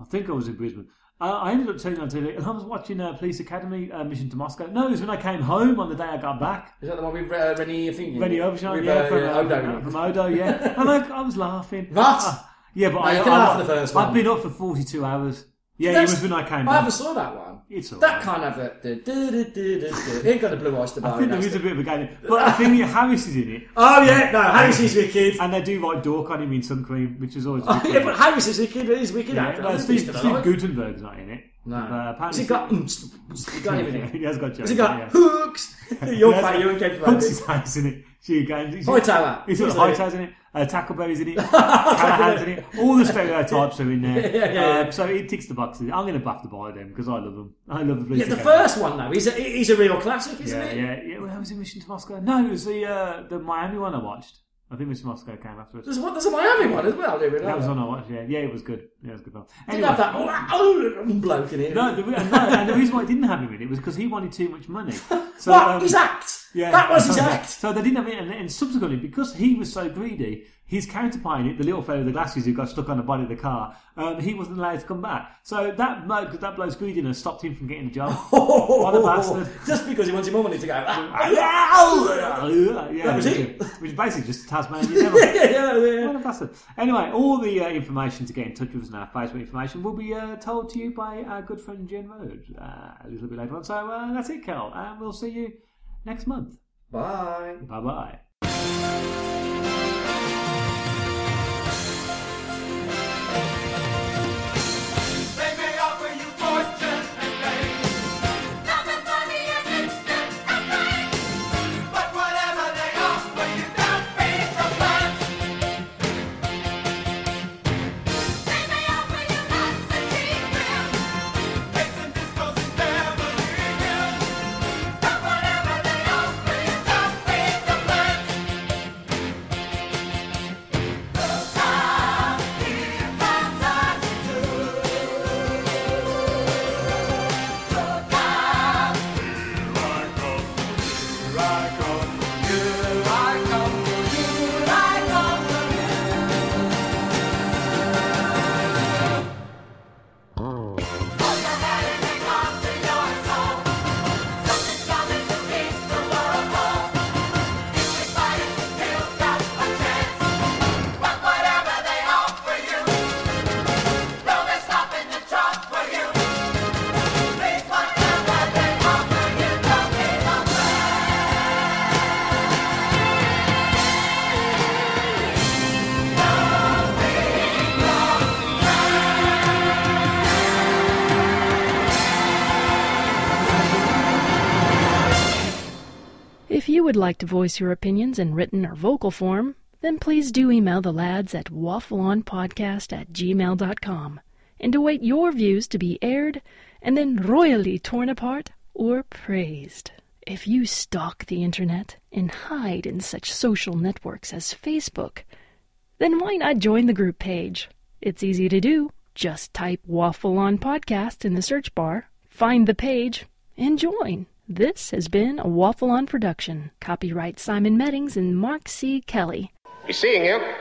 I think I was in Brisbane. Uh, I ended up turning on TV, and I was watching uh, Police Academy uh, Mission to Moscow. No, it was when I came home on the day I got back. Is that the one with uh, Rennie Thinking? Benny Overshine, With, yeah, uh, from, yeah, uh, Odo. from Odo, yeah. and I, I was laughing. What? Uh, yeah, but No, I, you can I, laugh at the first one. I've been up for 42 hours. Yeah, it That's- was when I came I back. haven't saw that one. It's all that right. kind of a. Du, du, du, du, du, du. It ain't got the blue oyster bar. I think in there that is a stuff. bit of a game. But I think Harris is in it. Oh yeah, no, Harris is wicked. And they do like dork on him in sun cream, which is always. a good Oh, yeah, thing. but Harris is wicked. He's wicked. Yeah, actor. no, I think Steve, he's Steve alive. Gutenberg's not in it. No. Uh, Has apparently- it got oomps? It's got everything. he has got jokes. Has it got yeah. hooks? You're He has fine, got- you're in Cape Hooks Verde. is nice, isn't it? Hugh Grant. He's- Hightower. He's got He's Hightower's in it. Uh, Tackleberry's in it. Callahan's in it. All the stereotypes are in there. Yeah, yeah, Uh, yeah. so it ticks the boxes. I'm going to have to buy them because I love them. I love the police. Yeah, the academy. first one, though, he's a, he's a real classic, isn't Yeah, it? yeah, yeah. Well, was it Mission to Moscow? No, it was the uh, the Miami one I watched. I think Mission to Moscow came afterwards. There's, one, there's a Miami one as well, didn't That was one I watched. Yeah, yeah, it was good. Yeah, it was a good film. Didn't have that oh, oh, bloke in it. No, the, re- no, and the reason why I didn't have him in it was because he wanted too much money. So, what? um, his act! Yeah. That was his act! So they didn't have it, and, and subsequently, because he was so greedy, his counterpart in it, the little fellow with the glasses who got stuck on the body of the car, um, he wasn't allowed to come back. So that mo- that bloke's greediness stopped him from getting a job. Oh. what a bastard! Just because he wants your more money to go. "Ah, ah, ah." yeah, That was it. Which is basically just Tasmanian devil. yeah, yeah, yeah. What a bastard. Anyway, all the uh, information to get in touch with us and our Facebook information will be uh, told to you by our good friend Jen Rhodes uh, a little bit later on. So uh, that's it, Carol, and we'll see you next month. Bye. Bye bye. They may offer you fortune and fame, Nothing funny and instant and but whatever they offer you, don't be surprised. They may offer you lots of cheap thrills, Takes and discos and family hills. but whatever they offer you, don't be surprised. If you would like to voice your opinions in written or vocal form, then please do email the lads at waffleonpodcast at gmail.com and await your views to be aired and then royally torn apart or praised. If you stalk the internet and hide in such social networks as Facebook, then why not join the group page? It's easy to do. Just type Waffle on Podcast in the search bar, find the page, and join. This has been a Waffle on production. Copyright Simon Meddings and Mark C. Kelly. Be seeing you.